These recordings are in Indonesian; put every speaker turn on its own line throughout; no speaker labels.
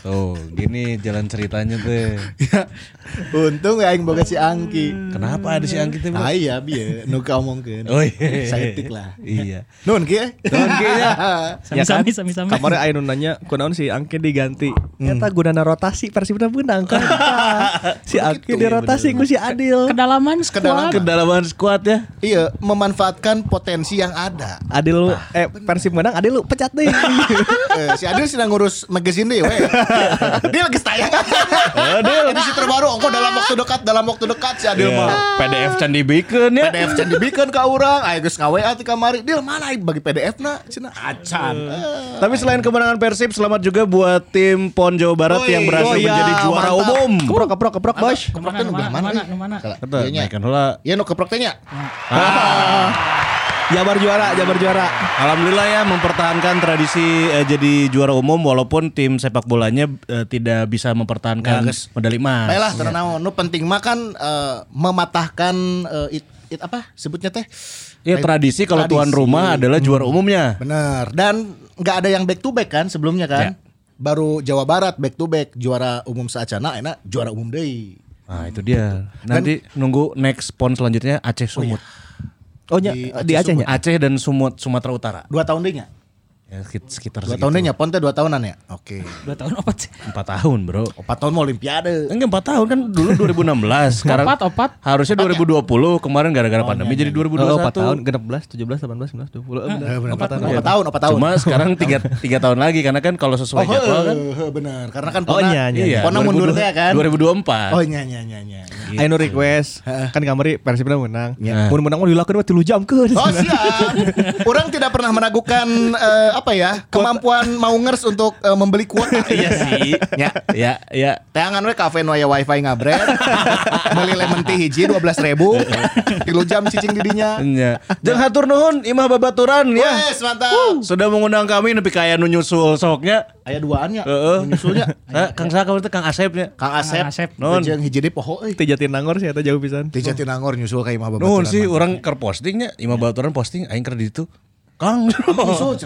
Tuh, gini jalan ceritanya tuh.
Untung aing boga si Angki.
Kenapa ada si Angki tuh? Bro?
Ah iya bieu nu kaomongkeun.
Oh iya.
Saeutik lah.
Iya.
Nun kieu.
Nun kieu ya. nya.
Sami-sami, sami-sami.
Kemarin Ya kan? Ainun nanya, kunaon si Angke diganti. Ternyata Hmm. gunana rotasi Persib benang kan. si Angke dirotasi ku si Adil.
Kedalaman
Kedalaman.
squad.
Kedalaman squad ya.
Iya, memanfaatkan potensi yang ada.
Adil lu eh Persib menang, Adil lu pecat deh.
Eh, si Adil sedang ngurus magazine deh, weh. Dia lagi tayang.
Oh,
Edisi terbaru, engko dalam waktu dekat, dalam waktu dekat si Adil
Iya.
mah.
PDF can dibikeun ya.
PDF can dibikeun ka urang, aya geus ngawean ti kamari. Dil mana bagi PDF-na? Cenah acan.
Hmm.
Eh.
Tapi selain kemenangan Persib, selamat juga buat tim PON Jawa Barat
Woi,
yang berhasil
oh iya,
menjadi juara
mantap.
umum. Keprok, keprok, keprok, bos.
Keprok
Kemana,
teh nu belah
kemana,
mana?
kemana, kemana?
Salah.
Kata,
Iya nya.
naikkan Ah, heula.
Iya nu keprok teh nya.
Nah, Jabar juara, Jabar juara.
Alhamdulillah ya mempertahankan tradisi eh, jadi juara umum walaupun tim sepak bolanya eh, tidak bisa mempertahankan
Nggak,
medali emas.
Baiklah,
iya.
tenang naon. Nu penting mah kan eh, mematahkan eh, it, it apa sebutnya teh?
Ya tradisi kalau tuan
Tradisi. Hmm.
rumah adalah juara umumnya.
Bener. Dan nggak ada yang back to back kan sebelumnya kan?
Ya.
Baru Jawa Barat back to back juara umum seacana enak juara umum deui.
Nah itu dia. Nanti nunggu next pon selanjutnya Aceh Sumut.
iya.
Oh nya,
Di
di
Aceh
Acehnya.
Aceh dan Sumut Sumatera Utara.
Dua tahun deui nya.
Ya, sekit- sekitar
Dua
segitu.
gitu.
tahun deui nya, ponte dua tahunan ya. Oke.
Dua tahun opat sih.
Empat tahun bro.
Empat tahun mau
Eh,
olimpiade.
Enggak empat tahun kan dulu 2016. Sekarang
Opat, opat.
harusnya 2020 kemarin gara-gara pandemi jadi 2021.
Oh, 4 tahun, 16, 17, 18, 19, 20. eh, bener.
Ah, Empat tahun, empat tahun.
Cuma sekarang tiga tiga tahun lagi karena kan kalau
Oh,
sesuai jadwal kan. Iya,
heuh, heuh, bener. Karena kan
Oh,
pona,
nya, nya,
pona mundur teh kan.
2024.
Oh nya nya nya nya.
Gitu.
Ayo Iya. request, kan kamari Persibnya menang.
Ya.
Mun menang mah dilakukan mah 3 jam ke.
Oh siap. Orang tidak pernah meragukan eh, apa ya kemampuan Maungers untuk eh, membeli kuota.
Iya sih. ya, ya, ya.
Teangan we kafe nu aya wifi ngabret. Beli lemon tea hiji 12 ribu. Tilu jam cicing didinya.
Ya. Jeung hatur nuhun imah babaturan ya.
Wes mantap.
Sudah mengundang kami nepi kaya nu nyusul soknya.
Aya duaan ya.
Heeh.
Nyusulnya.
Sa- Kang Saka itu Kang ya. Asepnya.
Kang Asep.
Kang Asep.
Nun.
Jeung hiji deui poho euy.
Ti Jatinangor sih eta jauh pisan.
Di Jatinangor nyusul ka imah babaturan.
Nuhun sih orang ker postingnya, imah babaturan posting aing keur di ditu. Kang
Nyusul,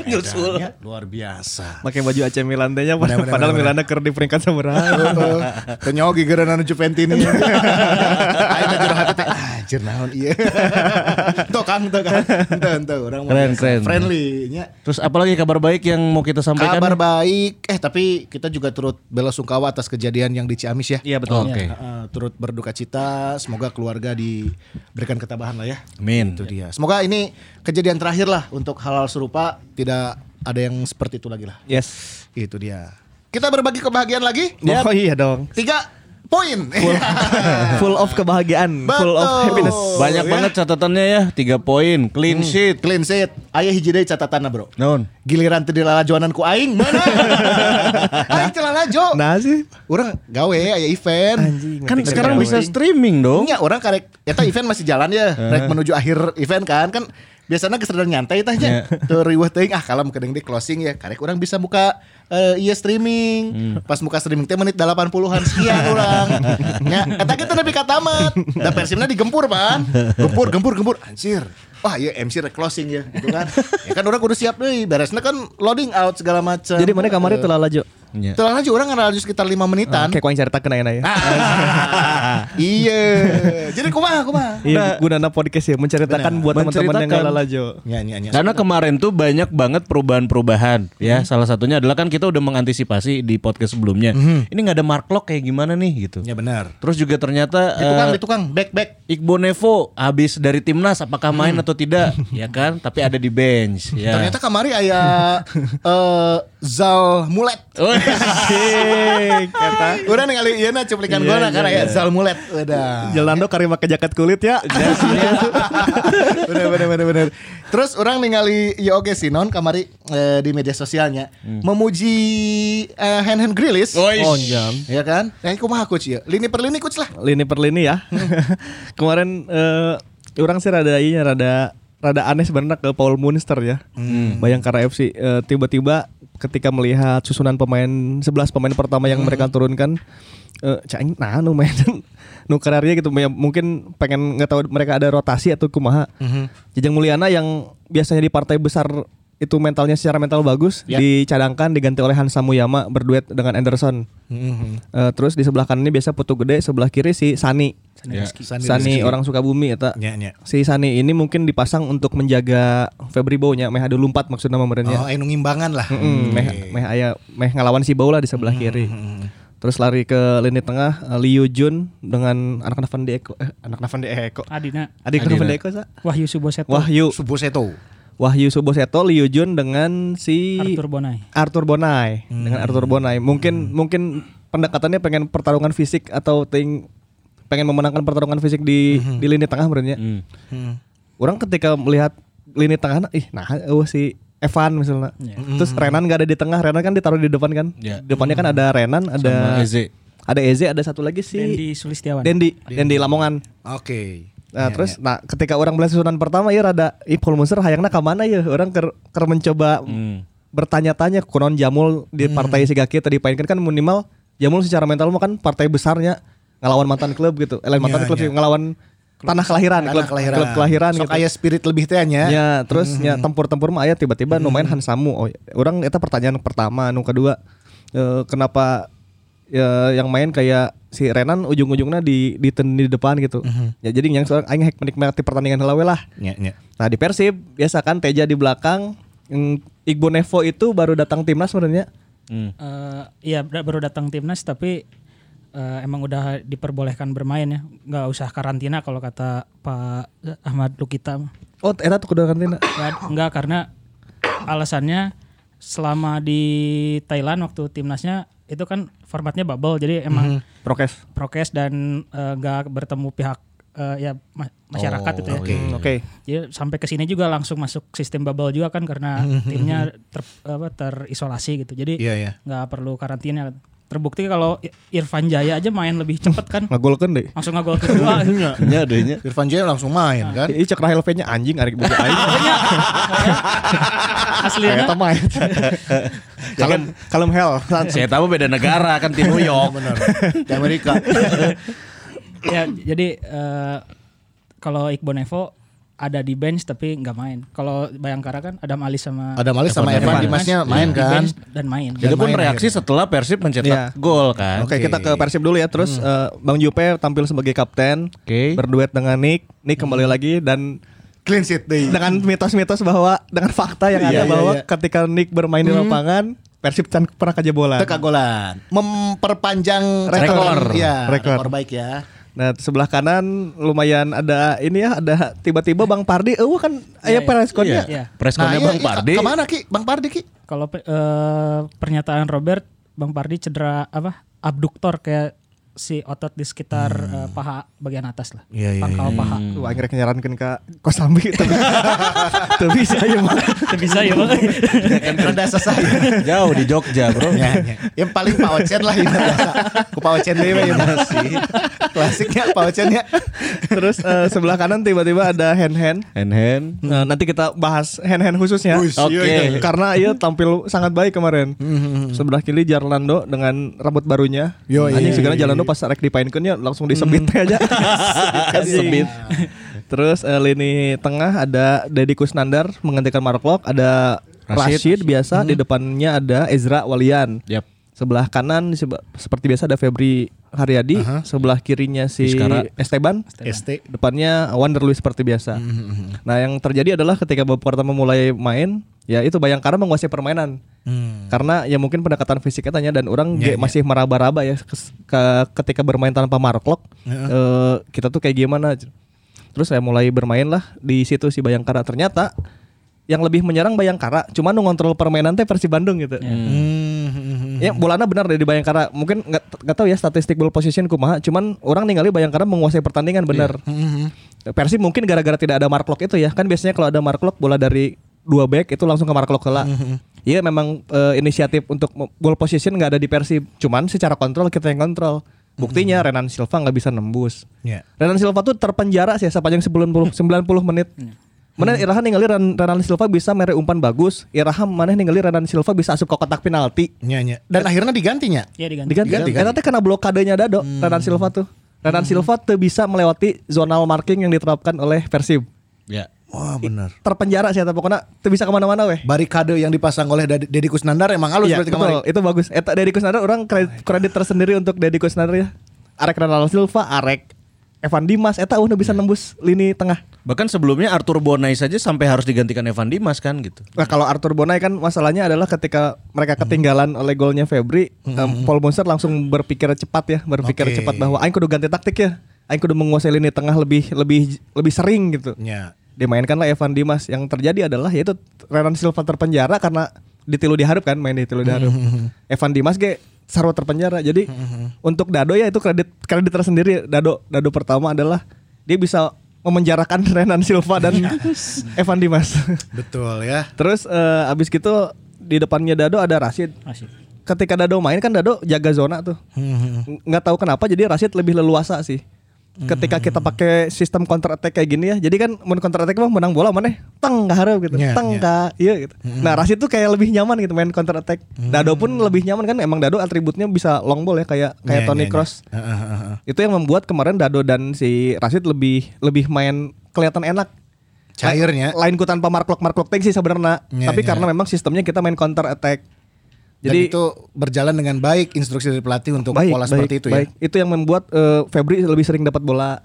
cek.
nyusul.
Edannya Luar biasa.
Pakai baju AC Milan teh nya
Bener, bener,
padahal
bener,
Milan keur di peringkat sabaraha.
Kenyogi gerana nu Juventini. Ayo teh curhat teh. Anjir naon ieu. Tuh Kang tuh Kang. Tuh tuh orang mah
Keren,
biasa.
keren.
Friendly nya.
Terus apalagi kabar baik yang mau kita sampaikan?
Kabar baik. Eh tapi kita juga turut bela sungkawa atas kejadian yang di Ciamis ya.
Iya
Oke.
Uh, turut berduka cita. Semoga keluarga diberikan ketabahan lah ya.
Amin.
Itu dia. Semoga ini kejadian terakhir lah untuk hal-hal serupa tidak ada yang seperti itu lagi lah.
Yes.
Itu dia. Kita berbagi kebahagiaan lagi.
Ya.
Oh iya dong.
Tiga poin.
Full of kebahagiaan, full of
Betul.
happiness.
Banyak
Ya.
banget catatannya ya, tiga poin, clean sheet.
Clean sheet. Ayah hiji deui catatanna bro.
Naon?
Giliran teu dilalajoanan ku aing mana? aing teu lalajo.
Nah sih.
Urang gawe aya event.
Anjing,
Kan
mati
sekarang
gawe.
bisa streaming dong.
Ya orang karek eta event masih jalan ya, rek menuju akhir event kan kan biasanya kesadaran nyantai tanya tuh riweuh teuing ah kalem kedeng di closing ya karek orang bisa buka eh, iya streaming pas muka streaming teh menit 80-an sekian orang nya eta kita nepi ka tamat da persibna digempur pan gempur gempur gempur anjir wah ya MC rek closing ya gitu kan ya kan orang kudu siap deui beresna kan loading out segala macam
Jadi mana kamarnya telah laju.
Ya.
telah aja orang ngaraju sekitar 5 menitan
Ah, Kayak kuang cerita kena ya.
Ah. iya jadi kumaha kumaha
Iya, gunana podcast ya menceritakan buat teman-teman yang
Menceritakan.
kalah laju.
nyanyi nyanyi
Karena kemarin tuh banyak banget perubahan-perubahan ya. Salah satunya adalah kan kita udah mengantisipasi di podcast sebelumnya. Ini nggak ada mark lock kayak gimana nih gitu.
Ya benar.
Terus juga ternyata
Di tukang,
eh,
di tukang, back back.
Iqbo Nevo habis dari timnas apakah main atau tidak ya kan tapi ada di bench ya
Ternyata kamari aya eh, Zal Mulet.
Oh, asik.
Udah ningali ieu na cuplikan
Iya,
gua na kan aya Zal Mulet. Udah.
Jelando kari make jaket kulit ya.
bener bener bener bener. Terus orang ningali ya oke sih non kamari eh, di media sosialnya memuji eh, hand hand grilis.
Hmm. Oi. Iya,
Oh, jam.
Ya kan? Ya kumaha coach ya? Lini per lini coach lah.
Lini per lini ya. Kemarin eh, orang sih rada iya rada rada aneh sebenarnya ke Paul Munster ya. Bayangkara FC eh, tiba-tiba ketika melihat susunan pemain 11 pemain pertama yang mereka turunkan eh cang nah nu main nu kerarnya gitu ya, mungkin pengen nggak tahu mereka ada rotasi atau kumaha. Jajang Mulyana yang biasanya di partai besar itu mentalnya secara mental bagus
Ya.
dicadangkan diganti oleh Hansa Muyama berduet dengan Anderson. Eh, terus di sebelah kanannya biasa Putu Gede, sebelah kiri si Sani. Sani, orang Sukabumi eta.
Nya, nya.
Si Sani ini mungkin dipasang untuk menjaga Febri Bownya, meh adu lumpat maksudnya
Oh,
Iya.
memernya.
anu ngimbangan lah.
Hmm, meh meh aya meh ngelawan si Bow lah di sebelah kiri. Terus lari ke lini tengah eh, Liu Jun dengan anak-anak Van de Eko, eh, anak-anak Van de Eko.
Adina.
Adik Van de Eko, Sa?
Wahyu Suboseto.
Wahyu
Suboseto.
Wahyu Suboseto, Liu Jun dengan si
Arthur Bonai.
Arthur Bonai dengan
Hmm.
Arthur Bonai. Mungkin mungkin pendekatannya pengen pertarungan fisik atau ting pengen memenangkan pertarungan fisik di
Hmm.
di lini tengah menurutnya. Orang ketika melihat lini tengah, ih nah oh si Evan misalnya. Terus Renan gak ada di tengah, Renan kan ditaruh di depan kan.
Hmm. Ya.
Depannya kan ada Renan, ada
Sama Eze.
Ada Eze, ada satu lagi si
Dendi Sulistiawan.
Dendi, Dendi Lamongan.
Oke.
Nah,
iya.
terus nah ketika orang melihat susunan pertama ya rada ih Paul Munster hayangna ka mana ya orang ker, ker mencoba
Hmm.
bertanya-tanya kunon Jamul di partai Sigaki tadi dipainkan kan minimal Jamul secara mental mah kan partai besarnya ngelawan mantan klub gitu. Eh, lain mantan
Iya,
klub
iya.
sih, ngelawan tanah kelahiran,
Anak
klub
kelahiran.
klub kelahiran gitu.
Sok aya spirit lebih teh nya.
Ya, terus ya tempur-tempur mah aya tiba-tiba nu main Hansamu. Oh, ya. orang eta pertanyaan pertama, nu kedua eh, kenapa ya, yang main kayak si Renan ujung-ujungnya di di, ten- di depan gitu. Ya jadi yang seorang aing hek menikmati pertandingan heula we lah.
Nya, nya.
Nah, di Persib biasa kan Teja di belakang, yang Igbo Nevo itu baru datang timnas sebenarnya.
Eh, Iya da- baru datang timnas tapi eh, emang udah diperbolehkan bermain ya. Nggak usah karantina kalau kata Pak Ahmad Lukita. mah.
Oh, eta tuh kudu kantina.
Nggak, nggak, karena alasannya selama di Thailand waktu timnasnya itu kan formatnya bubble jadi emang
Mm-hmm. Prokes.
prokes dan eh, nggak bertemu pihak eh, ya ma- masyarakat itu ya.
oke.
Oh, Hmm, Oke.
Jadi sampai ke sini juga langsung masuk sistem bubble juga kan karena timnya ter- apa, terisolasi gitu. Jadi
Iya, iya.
nggak perlu karantina. Terbukti kalau I- Irfan Jaya aja main lebih cepat kan,
Ngagolkeun deui.
langsung ngagol kedua.
Iya.
Nya adanya.
Irfan Jaya langsung main kan.
Ih, cek Rahel V-nya anjing arek boga aing.
Aslinya
Eta mah. Kalem kalem hell.
Saya tahu beda negara kan tim New York.
Di Amerika.
ya jadi eh, kalau Iqbal Nevo ada di bench tapi nggak main. Kalau Bayangkara kan Adam Ali sama Iya.
Ada Malik sama
Evan
Evan Dimasnya main
di
kan.
bench dan main.
Itu pun
main
reaksi setelah Persib
Iya.
mencetak gol kan.
Oke, kita ke Persib dulu ya. Terus eh, Bang Jupe tampil sebagai kapten,
Oke.
berduet dengan Nick. Nick kembali lagi dan
Clean sheet deh.
dengan mitos-mitos bahwa dengan fakta yang ada
Iya, iya,
bahwa
iya.
ketika Nick bermain di lapangan, Persib can pernah kejebolan.
Tekagolan. Memperpanjang
Rekor.
Ya,
Rekor.
rekor. baik ya.
Nah, sebelah kanan lumayan ada ini ya, ada tiba-tiba Bang Pardi, eh kan
Iya,
ayah
iya.
pereskonnya.
Iya.
Iya. Preskonnya
iya,
Bang
iya,
Pardi.
Kemana Ki? Bang Pardi Ki?
Kalau pe- eh, pernyataan Robert, Bang Pardi cedera apa? Abduktor kayak si otot di sekitar eh, paha bagian atas lah,
Hmm. Iya, iya,
pangkal paha.
Hmm.
Wah, akhirnya kenyarankan ke Kosambi tapi, tapi saya mah.
Itu bisa ya bang.
Rada sesah.
Jauh di Jogja, Bro.
Ya, ya. Yang paling Pak Ocen lah ini biasa. Ku Pak Ocen deh ya. Klasiknya Pak Ocen ya.
Terus eh, sebelah kanan tiba-tiba ada hand-hand.
Hand hand.
Nah, nanti kita bahas hand-hand khususnya.
Wih, iya,
Oke. Mm-hmm.
Oke. Karena ia tampil sangat baik kemarin. Sebelah kiri Jarlando dengan rambut barunya.
Yo, iya,
Anjing
iya,
segala Jarlando pas rek dipainkeun ya langsung
Mm.
disebit aja. Sebit. Terus eh, lini tengah ada Deddy Kusnandar menggantikan Marklock, ada Rashid,
Rashid. Mm-hmm.
biasa di depannya ada Ezra Walian.
Yap.
Sebelah kanan seba- seperti biasa ada Febri Haryadi, sebelah kirinya si
Fiskara.
Esteban
ST.
depannya Wanderlust seperti biasa. Nah, yang terjadi adalah ketika babak pertama mulai main, ya itu Bayangkara menguasai permainan. Karena ya mungkin pendekatan fisiknya tanya dan orang ge- masih meraba-raba ya kes- ke- ketika bermain tanpa marklock. eh, kita tuh kayak gimana? Terus saya mulai bermain lah di situ si Bayangkara. Ternyata yang lebih menyerang Bayangkara, cuma ngontrol permainan teh Persib Bandung gitu. Ya bolana benar deh di Bayangkara. Mungkin nggak nggak tahu ya statistik ball position kumaha, cuman orang ningali Bayangkara menguasai pertandingan benar. Persib mungkin gara-gara tidak ada mark lock itu ya. Kan biasanya kalau ada mark lock bola dari dua back itu langsung ke mark lock heula. Iya memang eh, inisiatif untuk mo- ball position nggak ada di Persib. Cuman secara kontrol kita yang kontrol. Buktinya Renan Silva nggak bisa nembus.
Ya.
ya Renan Silva tuh terpenjara sih sepanjang 90 90 menit. Mana Irahan ningali Ren- Renan Silva bisa mere umpan bagus, Irahan mana ningali Renan Silva bisa asup ke kotak penalti.
Nya, nya. Dan akhirnya digantinya.
Ya
Diganti. Hmm.
diganti.
Diganti,
Diganti.
kan?
Karena teh karena blokadenya Dado, Renan Silva tuh. Renan Silva tuh bisa melewati zonal marking yang diterapkan oleh Persib.
Ya.
Wah benar.
Terpenjara sih atau pokoknya tuh bisa kemana-mana weh.
Barikade yang dipasang oleh Ded- Deddy Kusnandar emang halus
Iya,
berarti kemarin.
betul. Itu bagus. Eta Deddy Kusnandar orang kredit, kredit tersendiri untuk Deddy Kusnandar ya. Arek Ronaldo Silva, Arek Evan Dimas, Eta udah bisa nembus lini tengah.
Bahkan sebelumnya Arthur Bonai saja sampai harus digantikan Evan Dimas kan gitu.
Nah kalau Arthur Bonai kan masalahnya adalah ketika mereka ketinggalan oleh golnya Febri, em, Paul Monster langsung berpikir cepat ya, berpikir
Oke.
cepat bahwa Aing kudu ganti taktik ya, Aing kudu menguasai lini tengah lebih lebih lebih sering gitu.
Nya.
Dimainkanlah Evan Dimas. Yang terjadi adalah yaitu Renan Silva terpenjara karena ditilu diharap kan main ditilu diharap. Evan Dimas ge sarwa terpenjara. Jadi untuk Dado ya itu kredit kredit tersendiri Dado. Dado pertama adalah dia bisa memenjarakan Renan Silva dan Evan Dimas.
Betul ya.
Terus eh, abis gitu di depannya Dado ada Rashid.
Masih.
Ketika Dado main kan Dado jaga zona tuh. Nggak tahu kenapa jadi Rashid lebih leluasa sih. Ketika kita
Hmm.
pakai sistem counter attack kayak gini ya. Jadi kan mun counter attack mah menang bola mana ya? teng nggak harap gitu.
Iya,
teng
iya.
nggak, iya gitu. Nah, Rashid tuh kayak lebih nyaman gitu main counter attack.
Hmm.
Dado pun lebih nyaman kan emang Dado atributnya bisa long ball ya kayak
Nya,
kayak Tony
nya,
Cross.
nya. Iya, Heeh, heeh, heeh.
Itu yang membuat kemarin Dado dan si Rashid lebih lebih main kelihatan enak
Cairnya.
lain ku tanpa marklok marklok tank sih sebenarnya
Iya,
tapi
iya.
karena memang sistemnya kita main counter attack
Jadi
jadi
itu berjalan dengan baik instruksi dari pelatih untuk
baik,
pola
baik,
seperti itu ya?
baik. itu yang membuat eh, Febri lebih sering dapat bola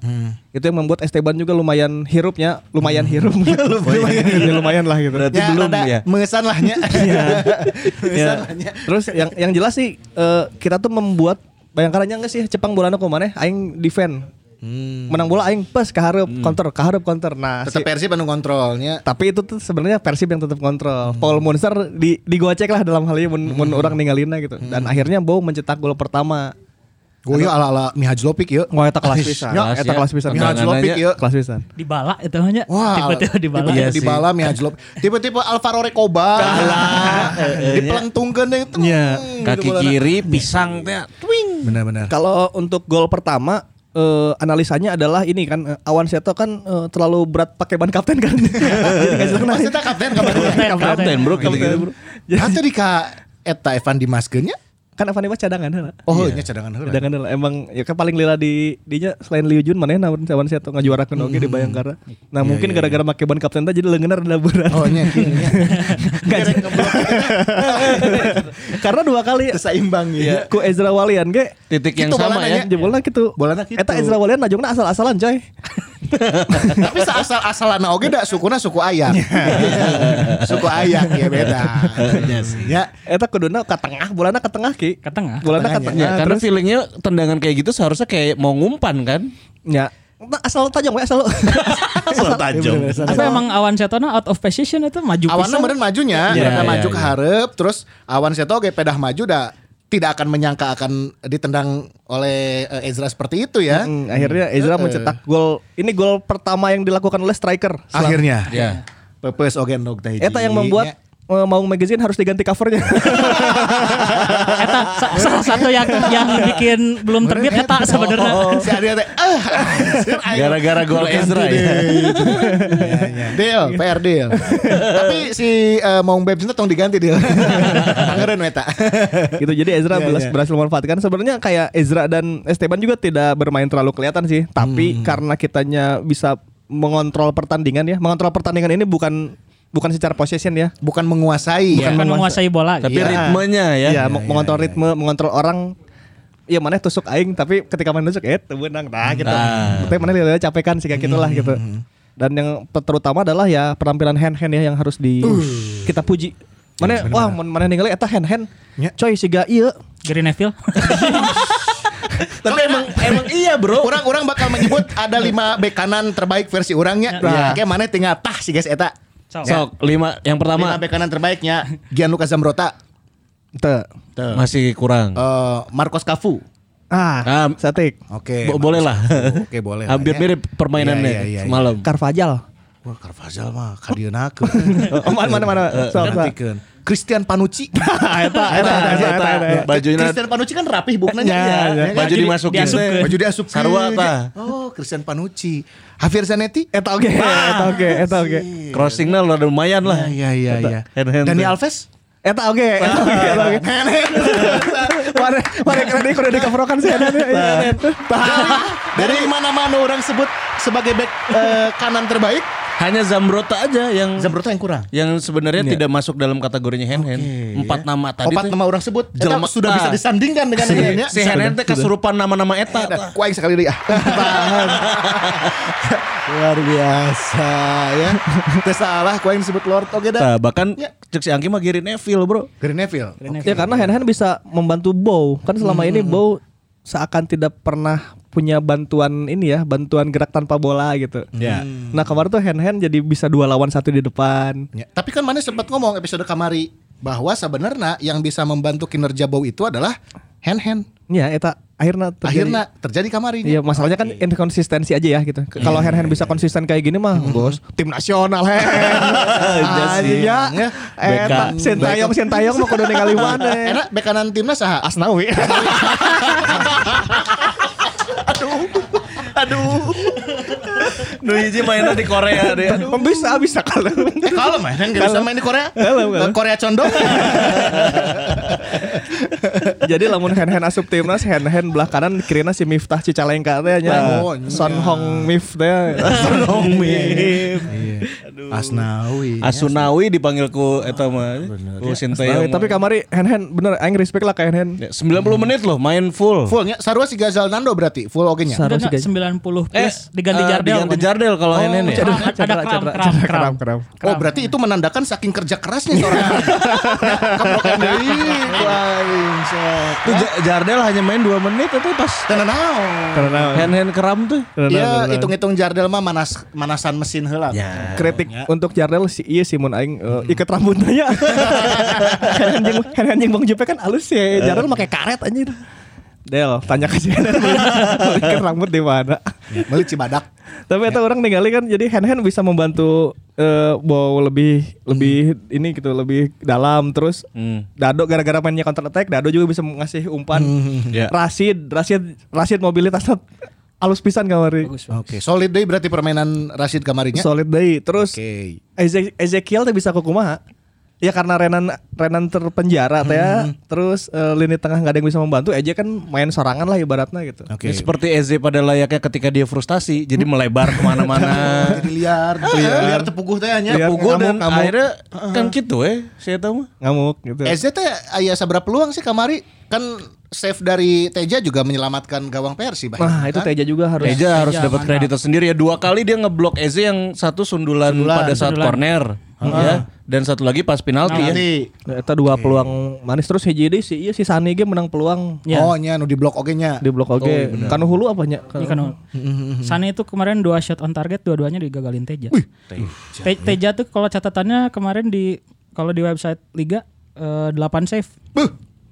itu yang membuat Esteban juga lumayan hirupnya lumayan hirup Hmm. lumayan lumayan lah gitu
ya. Ya,
belum
rada
ya.
mengesan lah nya. Mengesan
Ya.
lah, nya.
Terus yang yang jelas sih eh, kita tuh membuat bayangkarannya enggak sih Jepang bola ke mana aing defend. Menang bola aing pas keharap
Hmm.
counter, keharap counter. Nah,
Tetap
si-
Persib penuh kontrolnya.
tapi itu tuh sebenarnya Persib yang tetap kontrol. Paul Monster di digocek lah dalam hal ini mun, mun orang ninggalinna gitu. Dan akhirnya Bow mencetak gol pertama.
Goyo ala-ala Mihaj Lopik yuk.
Wah, eta kelas
Ih,
pisan.
ya,
nya.
Eta kelas pisan.
Mihaj
Tendangan
Lopik
aja.
yuk.
Kelas pisan.
Dibala itu hanya.
Wah,
Tipe-tipe dibala.
Iya
tipe-tipe
sih.
dibala Mihaj Lopik. Tipe-tipe Alvaro Recoba. Dipelentungkeun deui. teng, gitu
Iya, Kaki
bolana.
kiri pisang ya. teh.
Benar-benar.
Kalau untuk gol pertama eh, analisanya adalah ini kan eh, Awan Seto kan eh, terlalu berat pakai ban kapten kan. Jadi nggak bisa kena.
Pasti tak kapten kabarnya.
Kapten bro
Kapten,
gitu-gitu.
bro.
Hati di ka Eta Evan Dimas geunnya.
Kan Evan Dimas cadangan heula.
Oh, nya cadangan heula.
Cadangan heula. emang ya kan paling lila di dinya selain Liu Jun mana naon Awan Seto ngajuarakeun oge di Bayangkara. Nah, mungkin gara-gara pakai ban kapten teh jadi leungeunna rada berat.
Oh, nya. nya.
Karena dua kali
Seimbang ya.
ku Ezra Walian ge
Titik yang
Gitu
sama
bolanya,
ya.
ya.
jebolna gitu.
Bolana kitu.
Eta Ezra Walian najongna asal-asalan coy.
Tapi asal-asalan oge da sukuna suku ayak. suku ayak ya beda. Ya.
Eta kuduna ke tengah, bolana ke tengah ki.
Ke tengah?
Bolana ke
Tengahnya.
tengah.
Ya, karena
Iya, terus
feelingnya tendangan kayak gitu seharusnya kayak mau ngumpan kan?
ya. Nah, asal tajong we asal.
Asal tajam.
Apa emang awan setona out of position itu maju
Awan
pisan?
meureun majunya,
Iya,
rada
iya,
maju ke
iya.
hareup terus awan seto oge pedah maju da tidak akan menyangka akan ditendang oleh eh, Ezra seperti itu ya.
Hmm, akhirnya Ezra mencetak gol. Ini gol pertama yang dilakukan oleh striker. Selam-
Akhirnya.
Ya.
Iya. Pepes oge nog teh.
Iya. Eta
hiji. Ya.
yang membuat
Iya.
eh, Maung Magazine harus diganti covernya.
Eta Eh, sa- salah satu yang yang bikin belum terbit
Oh.
eta sebenarnya.
Si Adia teh ah. anjir, ayo.
Gara-gara gol Ezra ya.
Ya, ya. Deal, PR deal. Tapi si eh, Maung Babes itu tong diganti deal. Pangeran eta.
gitu. Jadi Ezra
Iya,
belas-
iya.
berhasil memanfaatkan. Sebenarnya kayak Ezra dan Esteban juga tidak bermain terlalu kelihatan sih. Tapi
Hmm.
karena kitanya bisa mengontrol pertandingan ya. Mengontrol pertandingan ini bukan bukan secara possession ya.
Bukan menguasai
Bukan menguasai bola.
Iya, Tapi
gitu.
ritmenya ya.
Iya, meng- mengontrol ritme, mengontrol orang. Iya mana tusuk aing tapi ketika main tusuk eh teu beunang nah gitu.
Nah.
Tapi mana lihat capek kan sih kayak gitulah gitu. Dan yang pe- terutama adalah ya penampilan hand hand ya yang harus di kita puji. Mana wah mun mana ningali eta hand hand.
Ya.
Coy siga ieu.
Gary Neville.
Tapi emang emang iya bro.
Orang-orang bakal menyebut ada lima bek kanan terbaik versi orangnya.
Iya.
Nah, kayak mana tinggal tah sih guys eta.
Sok.
Sok lima yang pertama
Lima bek kanan terbaiknya Gianluca Zambrota,
Teu.
Tuh.
masih kurang.
Eh, Marcos Cafu.
Ah,
Ah.
satik.
Oke.
Bo- boleh lah.
Oke, boleh lah
Hampir
ya.
mirip permainannya
Iya, iya, iya, iya.
semalam.
Carvajal.
Wah, Carvajal mah kadieuna
Oh, mana mana mana. Sok, sok.
Gantikan. Christian Panucci.
Eta, eta, eta, eta, eta, eta.
Bajunya
Christian Panucci kan rapih bukannya
Ya, ya.
kan?
baju dimasukin.
diasupkeun.
Baju dia asup.
Sarua tah.
Oh, Christian Panucci. Javier Zanetti.
Eta oke, eta oke, eta oke.
Crossingnya udah lumayan lah.
Iya, iya, iya.
Ya, Hand Iya. hand.
Dani Alves.
Eta oke, eta oke, eta oke. Mare, mare keren ini kudu dikafrokan sih eta.
Dari mana-mana orang sebut sebagai back eh, kanan terbaik,
Hanya Zambrota aja yang
Zambrota yang kurang.
yang sebenarnya tidak masuk dalam kategorinya hand hand. Empat nama tadi
Opat
tuh
Iya. nama orang sebut. Eta
Jelma-
sudah bisa
Ah.
disandingkan dengan
si,
ini. ya.
si hand hand teh kesurupan nama-nama eta.
Ada kuaing sekali ah. dia. Luar biasa ya. Teu salah kuaing disebut Lord. Oke dah.
Tah, bahkan
Ya.
cek si Angki mah Gary Neville, Bro.
Gary Neville.
Ya karena hand hand bisa membantu bow. Kan selama ini bow seakan tidak pernah punya bantuan ini ya, bantuan gerak tanpa bola gitu.
Ya.
Nah kemarin tuh hand hand jadi bisa dua lawan satu di depan.
Ya, Tapi kan mana sempat ngomong episode kamari bahwa sebenarnya yang bisa membantu kinerja Bow itu adalah hand hand.
Ya, eta akhirnya terjadi.
Akhirnya terjadi kamari.
Iya masalahnya kan inkonsistensi aja ya gitu.
Iya,
Kalau hand hand bisa konsisten kayak gini mah,
Hmm.
bos, tim nasional hand.
Iya
Anjing ya.
Ya.
Eta sentayong sentayong mau kudu ningali mana?
Nah, Enak bek kanan timnas saha?
Asnawi.
Aduh. Nu hiji mainnya di Korea deh. Aduh.
bisa bisa kalau.
Eh kalem ya, kan gak bisa main di Korea
Kalem, kalem.
Korea condong
Jadi lamun hand hand asup timnas hand hand belah kanan kirina si Miftah Cicalengka teh nya.
Oh, iya.
Son Hong Mif teh.
Iya,
Asnawi
Asunawi dipanggil ku eta mah. Ku Sinteyong.
Nah, Tapi kamari hand hand bener aing respect lah ke hand
Iya.
hand.
Ya, 90 menit loh main full.
Fullnya ya, Sarua si Gazal Nando berarti full oke nya
Sa-
Enggak,
Harus
enggak, 90 plus diganti
eh,
Jardel.
Diganti
kan.
Jardel kalau oh, Henen ya.
Jardel. Ada kram, kram, kram.
kram.
Oh berarti itu menandakan saking kerja kerasnya seorang Kebrokan deui Aing sok.
Itu Ja- Jardel hanya main 2 menit itu pas
Teu naon.
Karena
Henen keram tuh.
Ya hitung-hitung Jardel mah manas manasan mesin heula
Ya.
kritik untuk Jardel si iya si mun aing eh, ikat rambutnya ya. Hand anjing hand anjing Bang Jupe kan halus
Eh.
ya. Jardel pakai karet anjir. Del, tanya ke si Henen mau ikat rambut di mana.
Meuli Cibadak
Tapi
Ya.
itu orang ningali kan jadi hand hand bisa membantu eh bow lebih lebih ini gitu lebih dalam terus
Hmm.
Dado gara-gara mainnya counter attack Dado juga bisa ngasih umpan
Ya.
Rashid Rashid Rashid mobilitasnya alus pisan kamari
Oke solid deui berarti permainan Rashid
Ya.
Kamarinya
solid deui terus
Oke
Eze- Ezekiel teh bisa kukumaha Ya karena Renan Renan terpenjara teh ya.
Hmm.
terus eh, lini tengah nggak ada yang bisa membantu Eze kan main sorangan lah ibaratnya gitu.
Ya, seperti Eze pada layaknya ketika dia frustasi jadi melebar kemana-mana.
Jadi liar gitu ya. Liar tepuguh teh nya
Liar.
Pugu dan
Ngamuk, ngamuk.
akhirnya kan gitu eh saya tahu mah.
Ngamuk gitu.
EZ teh aya sabra peluang sih kamari kan save dari Teja juga menyelamatkan gawang Persi bah.
Nah,
kan?
itu Teja juga harus
Eja harus dapat kredit sendiri ya dua kali dia ngeblok Eze yang satu sundulan, pada saat corner ya dan satu lagi pas penalti ya.
Nanti
Eta dua peluang manis terus hiji deui si iya si Sani ge menang peluang
Ya.
oh nya nu di blok oge nya.
di blok oge. Kanu hulu apa nya?
Iya kan.
Mm-hmm,
Sana itu kemarin dua shot on target dua-duanya digagalin Teja. Te- Teja tuh kalau catatannya kemarin di kalau di website liga eh, 8 save.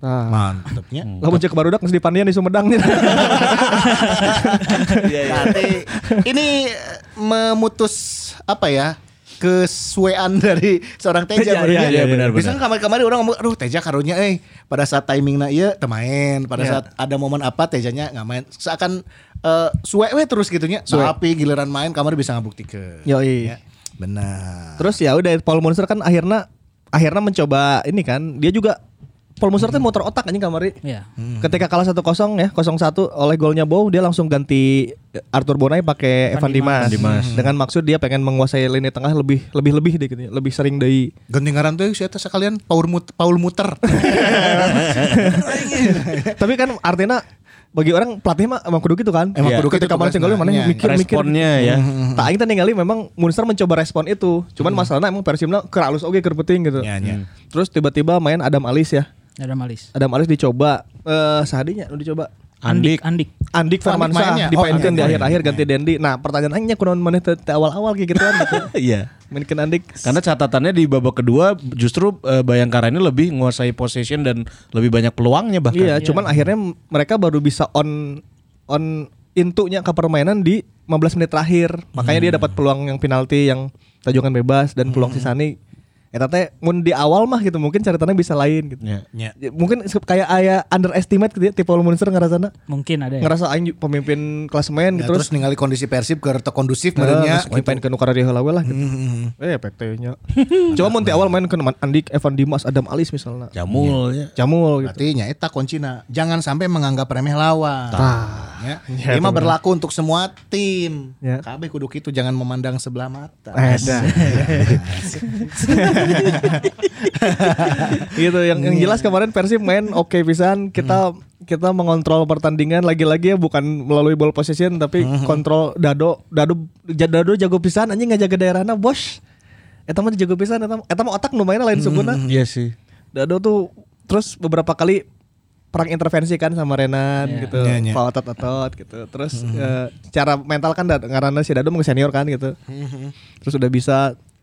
Nah,
Mantepnya.
lamun cek barudak geus di Pandian di Sumedang nih.
Berarti ini memutus apa ya? kesuean dari seorang Teja,
Teja,
barunya.
iya, iya,
benar,
Bisa kamar-kamari orang ngomong, aduh Teja karunya eh pada saat timingnya iya temain, pada saat ada momen apa Tejanya nggak main. Seakan eh suwe we terus gitunya. Tapi giliran main kamar bisa ngabuktikeun.
Yoi.
Ya, Benar.
Terus ya udah Paul Monster kan akhirnya akhirnya mencoba ini kan. Dia juga Paul Monster tuh motor otak anjing kamari.
Iya.
Ketika kalah 1-0 ya, 0-1 oleh golnya Bow, dia langsung ganti Arthur Bonai pakai Evan Dimas. Dengan maksud dia pengen menguasai lini tengah lebih lebih lebih deh gitu, ya, lebih sering dari
Ganti ngaran tuh eh, saya teh sekalian Paul Mut Paul Muter.
Tapi kan artinya bagi orang pelatih mah emang kudu gitu kan.
Emang
Iya.
kudu gitu
ketika mana
tugasnya.
tinggal mana
Iya, iya.
mikir-mikir.
Responnya ya.
hmm, Tak aing teh ningali memang Munster mencoba respon itu. Cuman masalahnya emang Persibna keur alus oge keur peuting gitu.
Hmm. Ya, ya.
Hmm. Terus tiba-tiba main Adam Alis ya.
Ada Malis.
Adam Alis dicoba eh sahadinya lu dicoba.
Andik
Andik.
Andik
Oh, Andik mainnya. Oh,
Firmansyah
Andik
dipainkan di
main.
akhir-akhir ganti Dendi. Nah, pertanyaan aingnya kunaon maneh teh teh awal-awal kayak gitu kan.
Iya.
Mainkan Andik.
Karena catatannya di babak kedua justru eh, Bayangkara ini lebih menguasai possession dan lebih banyak peluangnya bahkan.
Iya, cuman akhirnya mereka baru bisa on on intunya ke permainan di
Hmm.
15 menit terakhir. Makanya dia dapat peluang yang penalti yang tajungan bebas dan peluang si Sisani. Eta teh mun di awal mah gitu mungkin ceritanya bisa lain gitu.
Ya.
Nya.
Ya, Mungkin se- kayak aya underestimate gitu ya tipe Munster ngerasana
Mungkin ada ya.
ngerasa aing ju- pemimpin klasemen
Iya. Ya,
gitu
terus, eh,
terus
ningali kondisi Persib ke teu kondusif
merenya
merenya.
main ke nukar di heula lah gitu.
Hmm.
Eh PT-nya. Coba mun di awal main ke Andik Evan Dimas Adam Alis misalnya.
Jamul ya.
Jamul gitu.
Berarti nya eta kuncina. Jangan sampai menganggap remeh lawan. Ya.
Ya,
Ini
itu
mah
benar.
berlaku untuk semua tim.
Ya.
Kabeh kudu kitu jangan memandang sebelah mata.
Eh, dah. gitu yang yang jelas kemarin Persib main oke pisan kita
Hmm.
kita mengontrol pertandingan lagi-lagi ya bukan melalui ball possession tapi
Hmm.
kontrol dado dado ja- dado jago pisan anjing ngajaga daerahna bos eta mah jago pisan eta mah- eta mah otak nu mainnya lain sungguhna
Iya sih.
dado tuh terus beberapa kali perang intervensi kan sama Renan gitu
Iya, Mm-hmm. iya.
otot otot gitu terus eh, secara mental kan Dad- karena si Dado mau senior kan gitu terus udah bisa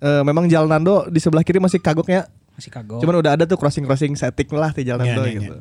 eh, memang Jalnando di sebelah kiri masih kagoknya
Masih kagok.
Cuman udah ada tuh crossing-crossing setting lah di jalan
Iya,
tuh
iya,
gitu.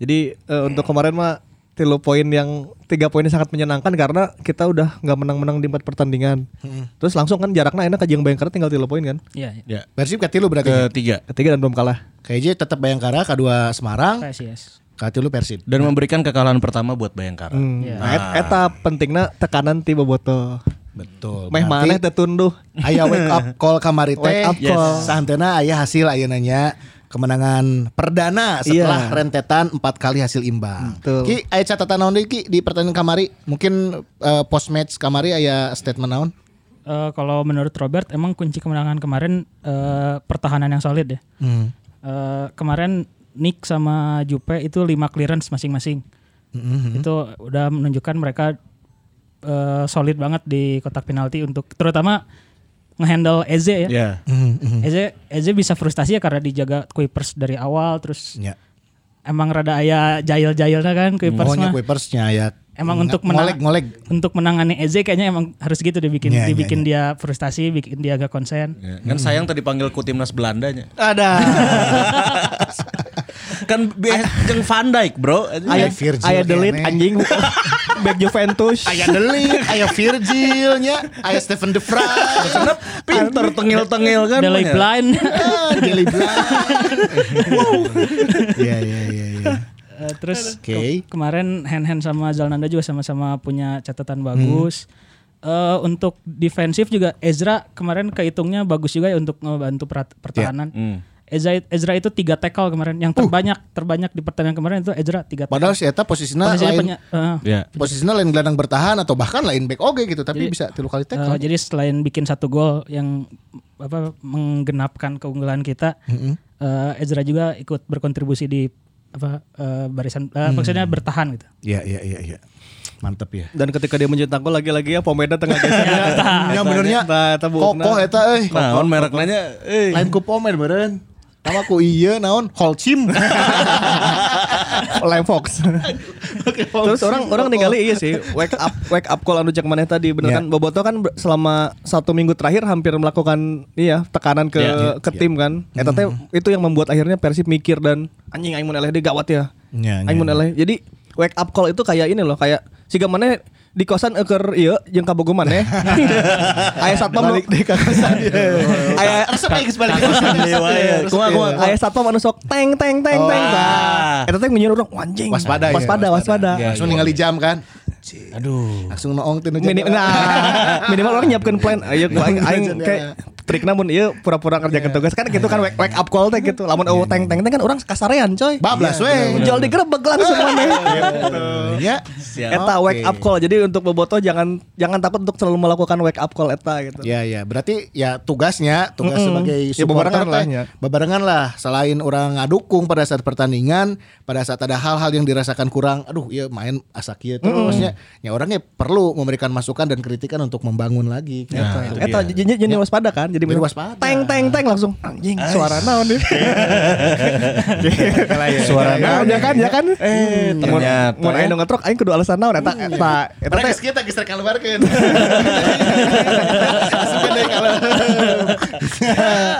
Jadi eh, untuk kemarin mah tilu poin yang tiga poinnya sangat menyenangkan karena kita udah nggak menang-menang di empat pertandingan. Terus langsung kan jaraknya enak aja yang bayangkara tinggal tilu poin kan.
Iya, iya.
Ya.
Persib katilu berarti.
Ketiga
Ketiga dan belum kalah.
Kayaknya tetap Bayangkara, kedua
Eh.
Semarang,
PSIS.
katilu Persib.
dan memberikan kekalahan pertama buat Bayangkara.
Hmm. Nah, et- eta pentingna tekanan tiba botol.
Betul.
Meh
Oh, Berarti-
maneh tetunduh.
Aya wake up call kamari teh.
Wake up
Yes.
call.
Sahantena aya hasil ayeuna nya kemenangan perdana setelah
Iya.
rentetan empat kali hasil imbang.
Betul.
Ki aya catatan naon deui, Ki di pertandingan kamari? Mungkin eh, post match kamari aya statement naon?
Eh, kalau menurut Robert emang kunci kemenangan kemarin eh, pertahanan yang solid ya.
Hmm.
Hmm.
Eh, kemarin Nick sama Jupe itu lima clearance masing-masing.
Hmm,
Itu udah menunjukkan mereka eh, solid banget di kotak penalti untuk terutama ngehandle Eze ya.
Iya.
Ya.
Hmm,
Eze Eze bisa frustasi ya karena dijaga Kuipers dari awal terus
Ya.
emang rada aya jail-jailnya kan Kuipers
Pokoknya
mah.
Kuipersnya ya.
Emang untuk menang-
ngolek-ngolek.
Untuk menangani Eze kayaknya emang harus gitu dibikin
Iya, iya,
dibikin dia frustasi, bikin dia agak konsen.
Ya, Kan sayang tadi panggil ku timnas Belandanya.
Ada.
Kan be- jeung Van Dijk, Bro.
Aya
Virgil ya,
aya delete
kene.
anjing. Back Juventus.
aya Delik, aya Virgil nya, aya Stephen De Vrij.
Karena pinter tengil-tengil kan.
Delay
ya?
punya.
blind.
Ah, Deli Blind. Iya iya iya iya.
Eh, Terus
Oke.
ke- kemarin hand hand sama Zalnanda juga sama-sama punya catatan
Hmm.
bagus. Eh, untuk defensif juga Ezra kemarin kehitungnya bagus juga ya untuk membantu perat- pertahanan. Ezra, Ezra itu tiga tackle kemarin, yang terbanyak terbanyak di pertandingan kemarin itu Ezra tiga.
Uh.
tackle.
Padahal si Eta posisinya
Posisinya
lain
penya- eh,
Ya.
posisinya lain gelandang bertahan atau bahkan lain back oke gitu tapi bisa tilu kali
Eh,
tackle.
jadi selain bikin satu gol yang apa menggenapkan keunggulan kita,
Hmm.
eh, Ezra juga ikut berkontribusi di apa eh, barisan
Hmm.
eh, maksudnya bertahan gitu.
Iya iya iya iya. Mantep ya.
Dan ketika dia mencetak gol lagi-lagi ya Pomeda tengah geser.
Yang benernya kokoh eta eh. euy.
Nah, on merek nanya, eh,
Lain ku pomer beureun. Tama ku ieu naon Holcim.
Lime Fox. Terus orang orang ningali iya sih wake up wake up call anu cek maneh tadi bener
Iya.
kan Boboto kan ber- selama satu minggu terakhir hampir melakukan iya tekanan ke
Iya,
ke tim kan. Eta teh itu yang membuat akhirnya Persib mikir dan anjing aing mun eleh deh gawat ya.
Iya, iya,
Aing mun eleh. Jadi wake up call itu kayak ini loh kayak siga maneh di kosan eker iya jeung kabogo maneh. Aya satpam balik di kosan. Aya
resep aing geus balik.
dewa ya. Kumaha, kumaha?
Aya satpam anu sok teng teng teng teng.
Oh.
tah. Eta teh menyuruh orang "Wah, anjing.
Waspada ya,
waspada. waspada.
Iya,
Langsung
iya.
ningali jam kan. Aduh. Langsung noong tina
Minim,
jendela.
nah, minimal orang nyiapkan plan. Ayo, aing, aing kayak trik namun iya pura-pura kerjakan tugas kan gitu kan wake, wake up call teh gitu. Lamun oh teng teng teng kan orang kasarean coy. Iya,
Bablas we.
Jual digerebek langsung maneh.
Ya.
Eta wake up call. Jadi untuk bobotoh jangan jangan takut untuk selalu melakukan wake up call eta gitu.
Ya ya, berarti ya tugasnya tugas
Mm-mm.
sebagai
Ya,
supporter
bebarengan lah,
teh,
ya.
bebarengan lah. Selain orang ngadukung pada saat pertandingan, pada saat ada hal-hal yang dirasakan kurang, aduh, ya main asak ieu terusnya. Ya orangnya perlu memberikan masukan dan kritikan untuk membangun lagi. gitu.
itu
Eta
dia.
Eh, jadi jadi waspada kan. Jadi
Jadi
bener,
waspada.
Teng teng teng langsung anjing suara naon dia.
Suara
Nah,
naon
ya kan ya kan.
Eh,
Mun
ternyata.
mun aya nu ngetrok aing kudu alasan naon ya, eta eta eta
Mereka
teh
geus kita geus rek kaluarkeun. Asukeun deui kalau.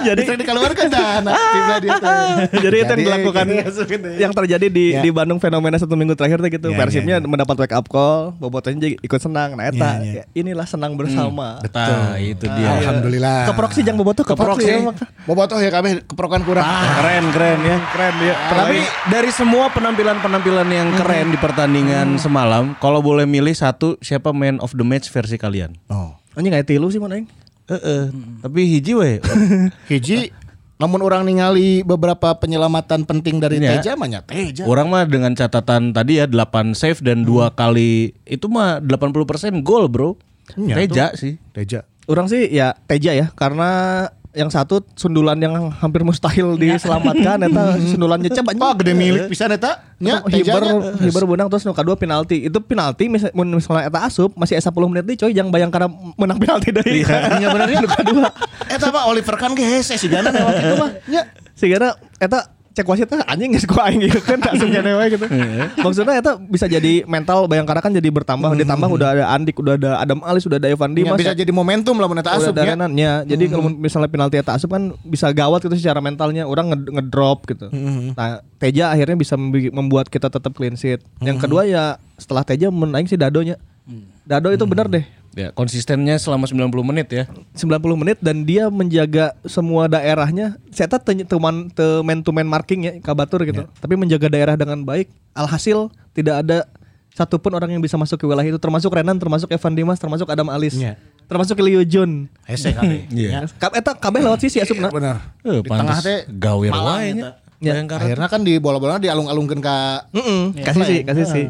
Jadi rek dikeluarkeun tah anak timna dia teh.
Jadi itu yang dilakukan
asukeun deui.
yang terjadi di
Ya.
di Bandung fenomena satu minggu terakhir tuh gitu.
Ya,
Persibnya
ya,
mendapat wake up call, bobotohnya jadi ikut senang. Nah, eta
Ya, ya.
Hmm.
ya, inilah senang bersama.
Nah, itu dia.
Alhamdulillah.
Ke keprok sih jangan bobotoh keprok
Keprok
sih.
sih.
emang.
Bobotoh ya kabeh keprokan kurang.
Keren keren ya.
Keren dia.
Tapi dari semua penampilan-penampilan yang keren di pertandingan semalam, kalau boleh milih satu siapa man of the match versi kalian?
Oh.
Anjing kayak tilu sih mana aing.
Eh, eh, tapi hiji we.
Hiji Ah. namun orang ningali beberapa penyelamatan penting dari
Iya.
Teja mah nya Teja.
Orang mah dengan catatan tadi ya 8 save dan dua kali itu mah 80% gol, Bro. Teja sih.
Teja.
Orang sih ya Teja ya karena yang satu sundulan yang hampir mustahil diselamatkan eta sundulannya coba
Oh gede milik pisan eta. Nya Teja.
hibar hibar benang terus nu kedua penalti. Itu penalti mis- mun misalnya eta asup masih 10 menit nih coy jangan bayangkan menang penalti deui. Iya bener nu kedua.
Eta mah Oliver kan ge hese si Gana lewat itu mah. Nya.
Sigana eta cek wasit "Ah, anjing geus ku aing gitu kan langsung jadi wae gitu.
Iya.
Maksudnya eta bisa jadi mental bayangkara kan jadi bertambah ditambah udah ada Andik, udah ada Adam Alis, udah ada Evan
Nya
Dimas.
bisa jadi momentum lah mun eta
udah
asup
ada
nya.
Renan, ya. Jadi kalau misalnya penalti eta asup kan bisa gawat gitu secara mentalnya orang nge- ngedrop gitu. Nah, Teja akhirnya bisa membi- membuat kita tetap clean sheet. Yang kedua ya setelah Teja menaik si Dadonya. Dado itu benar deh.
Ya, konsistennya selama 90 menit ya.
90 menit dan dia menjaga semua daerahnya. Saya tanya teman te man to man marking ya kabatur gitu. Tapi menjaga daerah dengan baik. Alhasil tidak ada satupun orang yang bisa masuk ke wilayah itu termasuk Renan, termasuk Evan Dimas, termasuk Adam Alis. Termasuk Leo John.
Hese kabeh.
Iya.
Ya. Ka- Eta kabeh lewat sisi asupna.
Benar.
Eh,
Di
pantes
tengah teh
gawir
malang
wae nya.
eta.
Bayangkara.
Akhirnya kan di bola-bola dialung-alungkeun ka
Mm-mm, kasih sih, kasih sih.